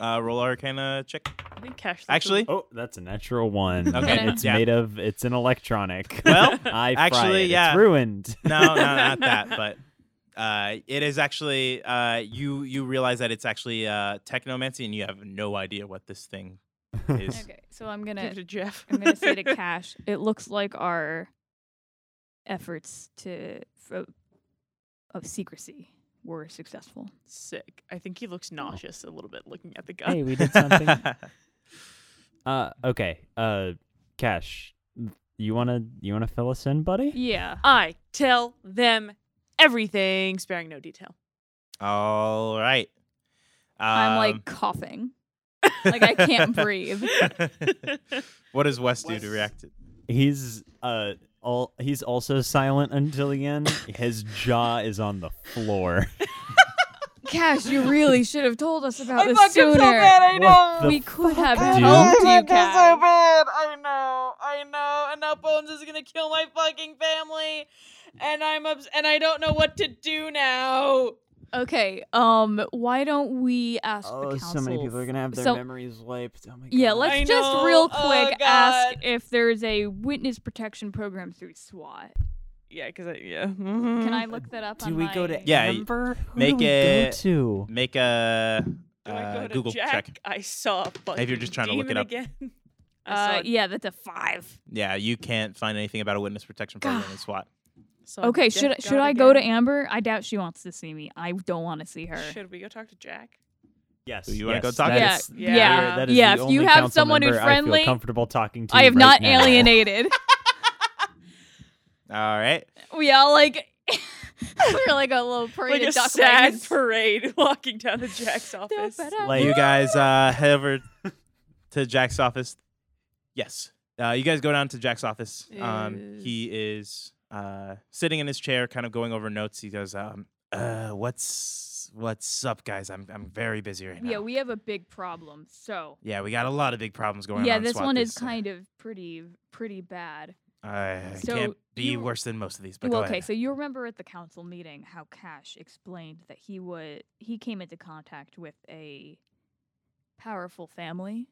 Speaker 1: Uh, roll Arcana check.
Speaker 2: I think cash.
Speaker 1: Actually,
Speaker 5: Oh, that's a natural one.
Speaker 1: Okay.
Speaker 5: And it's
Speaker 1: Yeah.
Speaker 5: made of. It's an electronic.
Speaker 1: Well,
Speaker 5: I
Speaker 1: actually,
Speaker 5: fried it.
Speaker 1: yeah.
Speaker 5: It's ruined.
Speaker 1: no, no, not that. But uh, it is actually uh, you. You realize that it's actually uh, technomancy, and you have no idea what this thing is.
Speaker 4: Okay, so I'm gonna
Speaker 2: give it to Jeff.
Speaker 4: I'm gonna say to Cash, it looks like our efforts to for, of secrecy were successful.
Speaker 2: Sick. I think he
Speaker 4: Oh.
Speaker 2: looks nauseous a little bit looking at the gun.
Speaker 5: hey, we did something. uh, okay. Uh, Cash, you wanna you wanna fill us in, buddy?
Speaker 4: Yeah.
Speaker 2: I tell them everything, sparing no detail.
Speaker 1: All right.
Speaker 4: I'm
Speaker 1: Um,
Speaker 4: like coughing. like, I can't breathe.
Speaker 1: what does Wes do to
Speaker 3: Wes-
Speaker 1: react to?
Speaker 5: He's uh all he's also silent until the end. His jaw is on the floor.
Speaker 4: Cash, you really should have told us about
Speaker 7: I
Speaker 4: this
Speaker 7: fucking
Speaker 4: sooner.
Speaker 7: feel bad. I
Speaker 5: What
Speaker 7: know.
Speaker 5: the
Speaker 4: we could have
Speaker 5: fuck, dude?
Speaker 4: helped you,
Speaker 7: I feel so
Speaker 4: Cash.
Speaker 7: bad. I know. I know. And now Bones is gonna kill my fucking family, and I'm ups- and I don't know what to do now.
Speaker 4: Okay. Um. Why don't we ask
Speaker 5: Oh,
Speaker 4: the council?
Speaker 5: gonna have
Speaker 4: So-
Speaker 5: memories wiped. Oh my
Speaker 4: Yeah,
Speaker 5: God.
Speaker 4: let's
Speaker 7: I
Speaker 4: just
Speaker 7: know.
Speaker 4: real
Speaker 7: Oh,
Speaker 4: quick ask
Speaker 7: God.
Speaker 4: if there's a witness protection program through SWAT.
Speaker 2: Yeah, because I yeah.
Speaker 7: Mm-hmm.
Speaker 4: Can I look that up?
Speaker 5: Mm. Do
Speaker 4: on
Speaker 5: we
Speaker 4: my...
Speaker 5: go to
Speaker 1: Yeah, y-
Speaker 5: Amber? Who
Speaker 1: make
Speaker 5: do we
Speaker 1: it-
Speaker 5: go to?
Speaker 1: Make a
Speaker 2: Do I
Speaker 1: uh,
Speaker 2: go to
Speaker 1: Google
Speaker 2: Jack?
Speaker 1: check.
Speaker 2: I saw. A
Speaker 1: If you're just trying to look it
Speaker 2: demon
Speaker 1: up.
Speaker 2: again. I saw
Speaker 4: Uh,
Speaker 2: a-
Speaker 4: yeah, that's a five.
Speaker 1: Yeah, you can't find anything about a witness protection program in SWAT.
Speaker 2: saw a
Speaker 4: Okay,
Speaker 2: death
Speaker 4: should should
Speaker 2: god
Speaker 4: I go to
Speaker 2: again.
Speaker 4: Amber? I doubt she wants to see me. I don't want to see her.
Speaker 2: Should we go talk to Jack?
Speaker 5: Yes.
Speaker 1: Do you wanna
Speaker 5: yes,
Speaker 1: go talk
Speaker 5: that
Speaker 1: to-
Speaker 4: yeah,
Speaker 5: is-
Speaker 2: Yeah.
Speaker 4: yeah,
Speaker 2: that
Speaker 5: you're-
Speaker 4: yeah.
Speaker 5: that is the
Speaker 4: if
Speaker 5: only
Speaker 4: you have
Speaker 5: council
Speaker 4: someone who's
Speaker 5: member I feel
Speaker 4: friendly,
Speaker 5: comfortable talking to
Speaker 4: I
Speaker 5: you
Speaker 4: have
Speaker 5: right
Speaker 4: not
Speaker 5: now.
Speaker 4: alienated.
Speaker 1: All right.
Speaker 4: we all like we're like a little parade
Speaker 2: Like a
Speaker 4: of duck
Speaker 2: sad
Speaker 4: wagons.
Speaker 2: parade walking down to Jack's office.
Speaker 4: Oh.
Speaker 5: Like-
Speaker 1: You guys uh, head over to Jack's office. Yes. Uh, you guys go down to Jack's office. Um, he is uh, sitting in his chair, kind of going over notes. He goes, um, uh, "What's what's up, guys? I'm I'm very busy right now.
Speaker 4: yeah, we have a big problem. So
Speaker 1: Yeah, we got a lot of big problems going
Speaker 4: yeah,
Speaker 1: on. in
Speaker 4: this
Speaker 1: SWAT.
Speaker 4: one is
Speaker 1: This, uh,
Speaker 4: kind of pretty pretty bad.
Speaker 1: I
Speaker 4: So
Speaker 1: can't be
Speaker 4: you-
Speaker 1: worse than most of these. But
Speaker 4: Well,
Speaker 1: go
Speaker 4: okay,
Speaker 1: ahead.
Speaker 4: so you remember at the council meeting how Cash explained that he would he came into contact with a powerful family.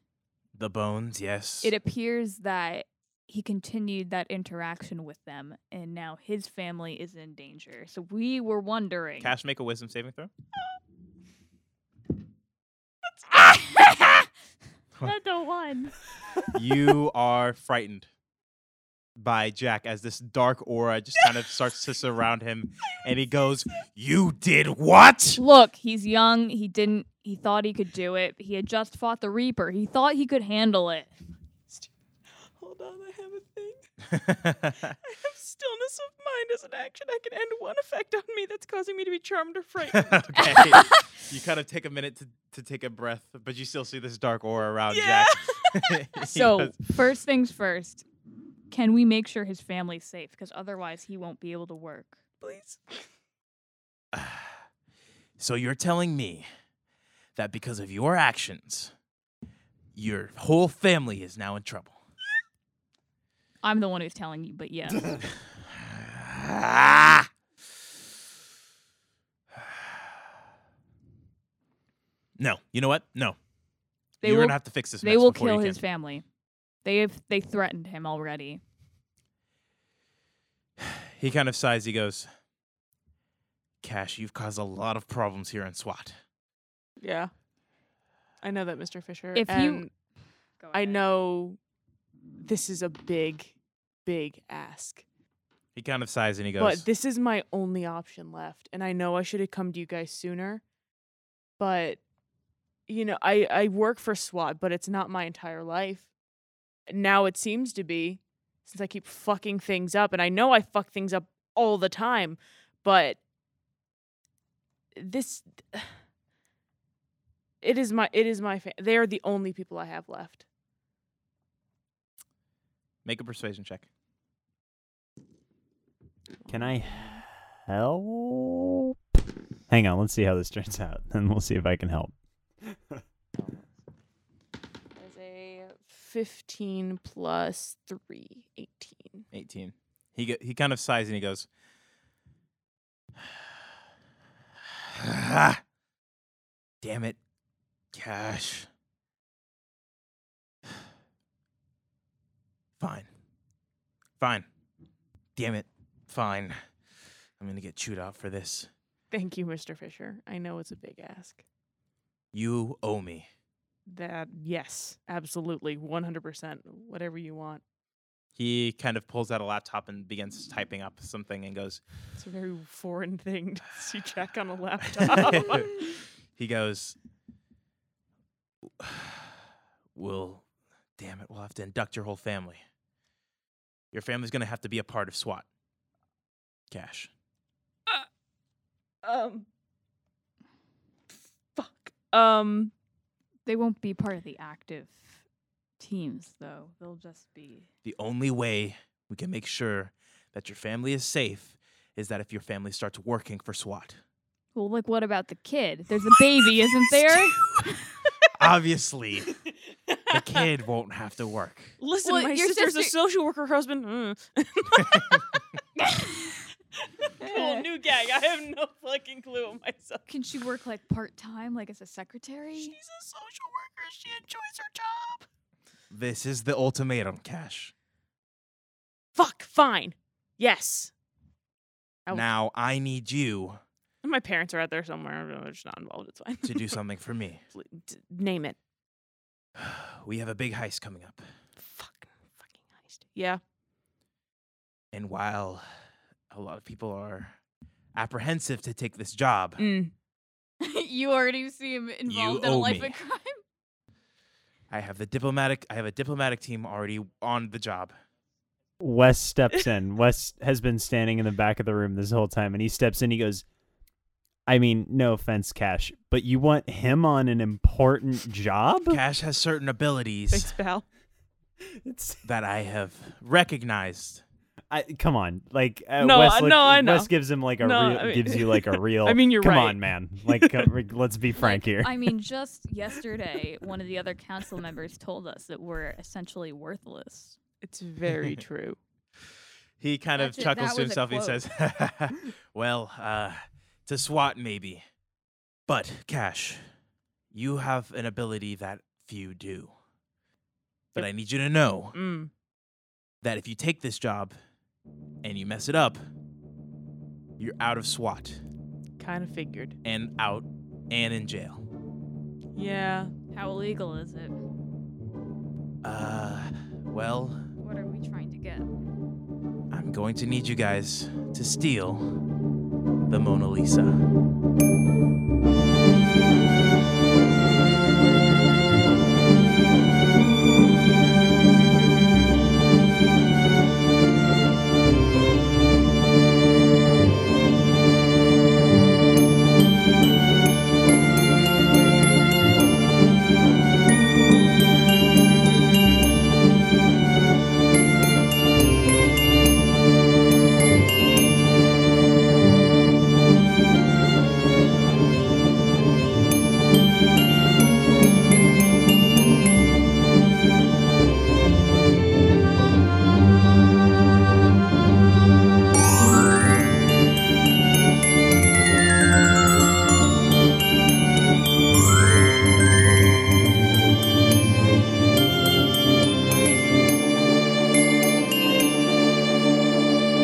Speaker 1: the bones, yes.
Speaker 4: It appears that he continued that interaction with them, and now his family is in danger. So we were wondering.
Speaker 1: Cash make a wisdom saving throw.
Speaker 4: That's a one.
Speaker 1: you are frightened by Jack as this dark aura just kind of starts to surround him, and he goes, "You did what?"
Speaker 4: Look, he's young. He didn't. He thought he could do it. He had just fought the Reaper. He thought he could handle it.
Speaker 2: Hold on, I have a thing. I have stillness of mind as an action. I can end one effect on me that's causing me to be charmed or frightened.
Speaker 1: okay. You kind of take a minute to, to take a breath, but you still see this dark aura around
Speaker 2: Yeah.
Speaker 1: Jack. He
Speaker 4: So
Speaker 1: goes,
Speaker 4: first things first, can we make sure his family's safe? Because otherwise, he won't be able to work.
Speaker 2: Please.
Speaker 1: so you're telling me that because of your actions, your whole family is now in trouble.
Speaker 4: I'm the one who's telling you, but yeah.
Speaker 1: Ah! No, you know what? No,
Speaker 4: They
Speaker 1: you're
Speaker 4: will.
Speaker 1: gonna have to fix this.
Speaker 4: they
Speaker 1: mess
Speaker 4: will
Speaker 1: before
Speaker 4: kill
Speaker 1: you
Speaker 4: his
Speaker 1: can.
Speaker 4: family. They have. They threatened him already.
Speaker 1: He kind of sighs. He goes, "Cash, you've caused a lot of problems here in SWAT.
Speaker 2: Yeah. I know that, Mr. Fisher.
Speaker 4: If you-
Speaker 2: and
Speaker 4: Go
Speaker 2: I
Speaker 4: ahead.
Speaker 2: know this is a big, big ask.
Speaker 1: He kind of sighs and he goes,
Speaker 2: But this is my only option left. And I know I should have come to you guys sooner. But you know, I, I work for SWAT, but it's not my entire life. Now it seems to be, since I keep fucking things up, and I know I fuck things up all the time, but this it is my it is my fa- they are the only people I have left.
Speaker 1: "Make a persuasion check."
Speaker 5: Can I help? Hang on, let's see how this turns out, and we'll see if I can help.
Speaker 6: There's a
Speaker 2: 15 plus 3, 18.
Speaker 1: 18. He go, he kind of sighs and he goes, "Damn it, gosh. Fine, fine. Damn it, fine. I'm gonna get chewed out for this.
Speaker 2: Thank you, Mr. Fisher. I know it's a big ask.
Speaker 1: You owe me.
Speaker 2: That, yes, absolutely, 100%. Whatever you want.
Speaker 1: He kind of pulls out a laptop and begins typing up something and goes,
Speaker 2: It's a very foreign thing to see Jack on a laptop.
Speaker 1: he goes, We'll, damn it, we'll have to induct your whole family. Your family's going to have to be a part of SWAT. Cash.
Speaker 2: um, fuck. Um,
Speaker 4: They won't be part of the active teams, though. They'll just be.
Speaker 1: The only way we can make sure that your family is safe is that if your family starts working for SWAT.
Speaker 4: Well, like, what about the kid? There's a baby, isn't there?
Speaker 1: Obviously, the kid won't have to work.
Speaker 7: Listen,
Speaker 6: Well,
Speaker 7: my
Speaker 6: your
Speaker 7: sister's a
Speaker 6: sister-
Speaker 7: social worker husband. Mm. cool, new gag. I have no fucking clue of myself.
Speaker 4: Can she work like part time, like as a secretary?
Speaker 7: She's a social worker. She enjoys her job.
Speaker 1: This is the ultimatum, Cash.
Speaker 7: Fuck, fine. Yes. Ouch.
Speaker 1: Now I need you
Speaker 7: And my parents are out there somewhere. They're just not involved. It's fine.
Speaker 1: to do something for me.
Speaker 7: Pl- d- Name it.
Speaker 1: We have a big heist coming up.
Speaker 7: Fuck. Fucking heist. Yeah.
Speaker 1: And while a lot of people are apprehensive to take this job,
Speaker 7: Mm.
Speaker 6: you already seem involved in a
Speaker 1: owe
Speaker 6: life
Speaker 1: me.
Speaker 6: of crime.
Speaker 1: I have the diplomatic I have a diplomatic team already on the job.
Speaker 5: Wes steps in. Wes has been standing in the back of the room this whole time, and he steps in. He goes, "I mean, no offense, Cash, but you want him on an important job?
Speaker 1: Cash has certain
Speaker 7: Thanks,
Speaker 1: abilities
Speaker 7: pal.
Speaker 5: It's,
Speaker 1: that I have recognized.
Speaker 5: I, come on, like uh,
Speaker 7: No,
Speaker 5: Wes,
Speaker 7: I-
Speaker 5: look-
Speaker 7: no, I know.
Speaker 5: Wes gives him like a
Speaker 7: No,
Speaker 5: real,
Speaker 7: I mean-
Speaker 5: gives you like a real.
Speaker 7: I mean, you're
Speaker 5: come
Speaker 7: right.
Speaker 5: on, man. Like, uh, re- let's be frank here.
Speaker 4: I mean, just yesterday, one of the other council members told us that we're essentially worthless.
Speaker 7: It's very true.
Speaker 1: He kind
Speaker 4: That's it.
Speaker 1: of chuckles
Speaker 4: That
Speaker 1: to
Speaker 4: was a
Speaker 1: himself and he says, "Well, uh, to SWAT maybe, but Cash, you have an ability that few do. But I need you to know
Speaker 7: Mm.
Speaker 1: that if you take this job and you mess it up, you're out of SWAT
Speaker 7: Kind of figured.
Speaker 1: and out and in jail.
Speaker 7: Yeah.
Speaker 4: How illegal is it?
Speaker 1: Uh, well,
Speaker 4: What are we trying to get?
Speaker 1: I'm going to need you guys to steal the Mona Lisa.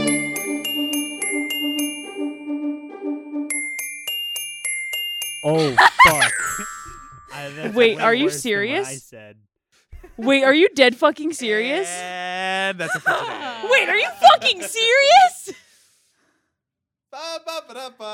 Speaker 5: Oh fuck! I- that's
Speaker 7: Wait,
Speaker 5: way
Speaker 7: are you
Speaker 5: worse than what I
Speaker 7: serious?
Speaker 5: said.
Speaker 7: Wait, are you dead fucking serious?
Speaker 1: And that's it for today.
Speaker 7: Wait, are you fucking serious?
Speaker 1: Ba, ba, ba, da, ba.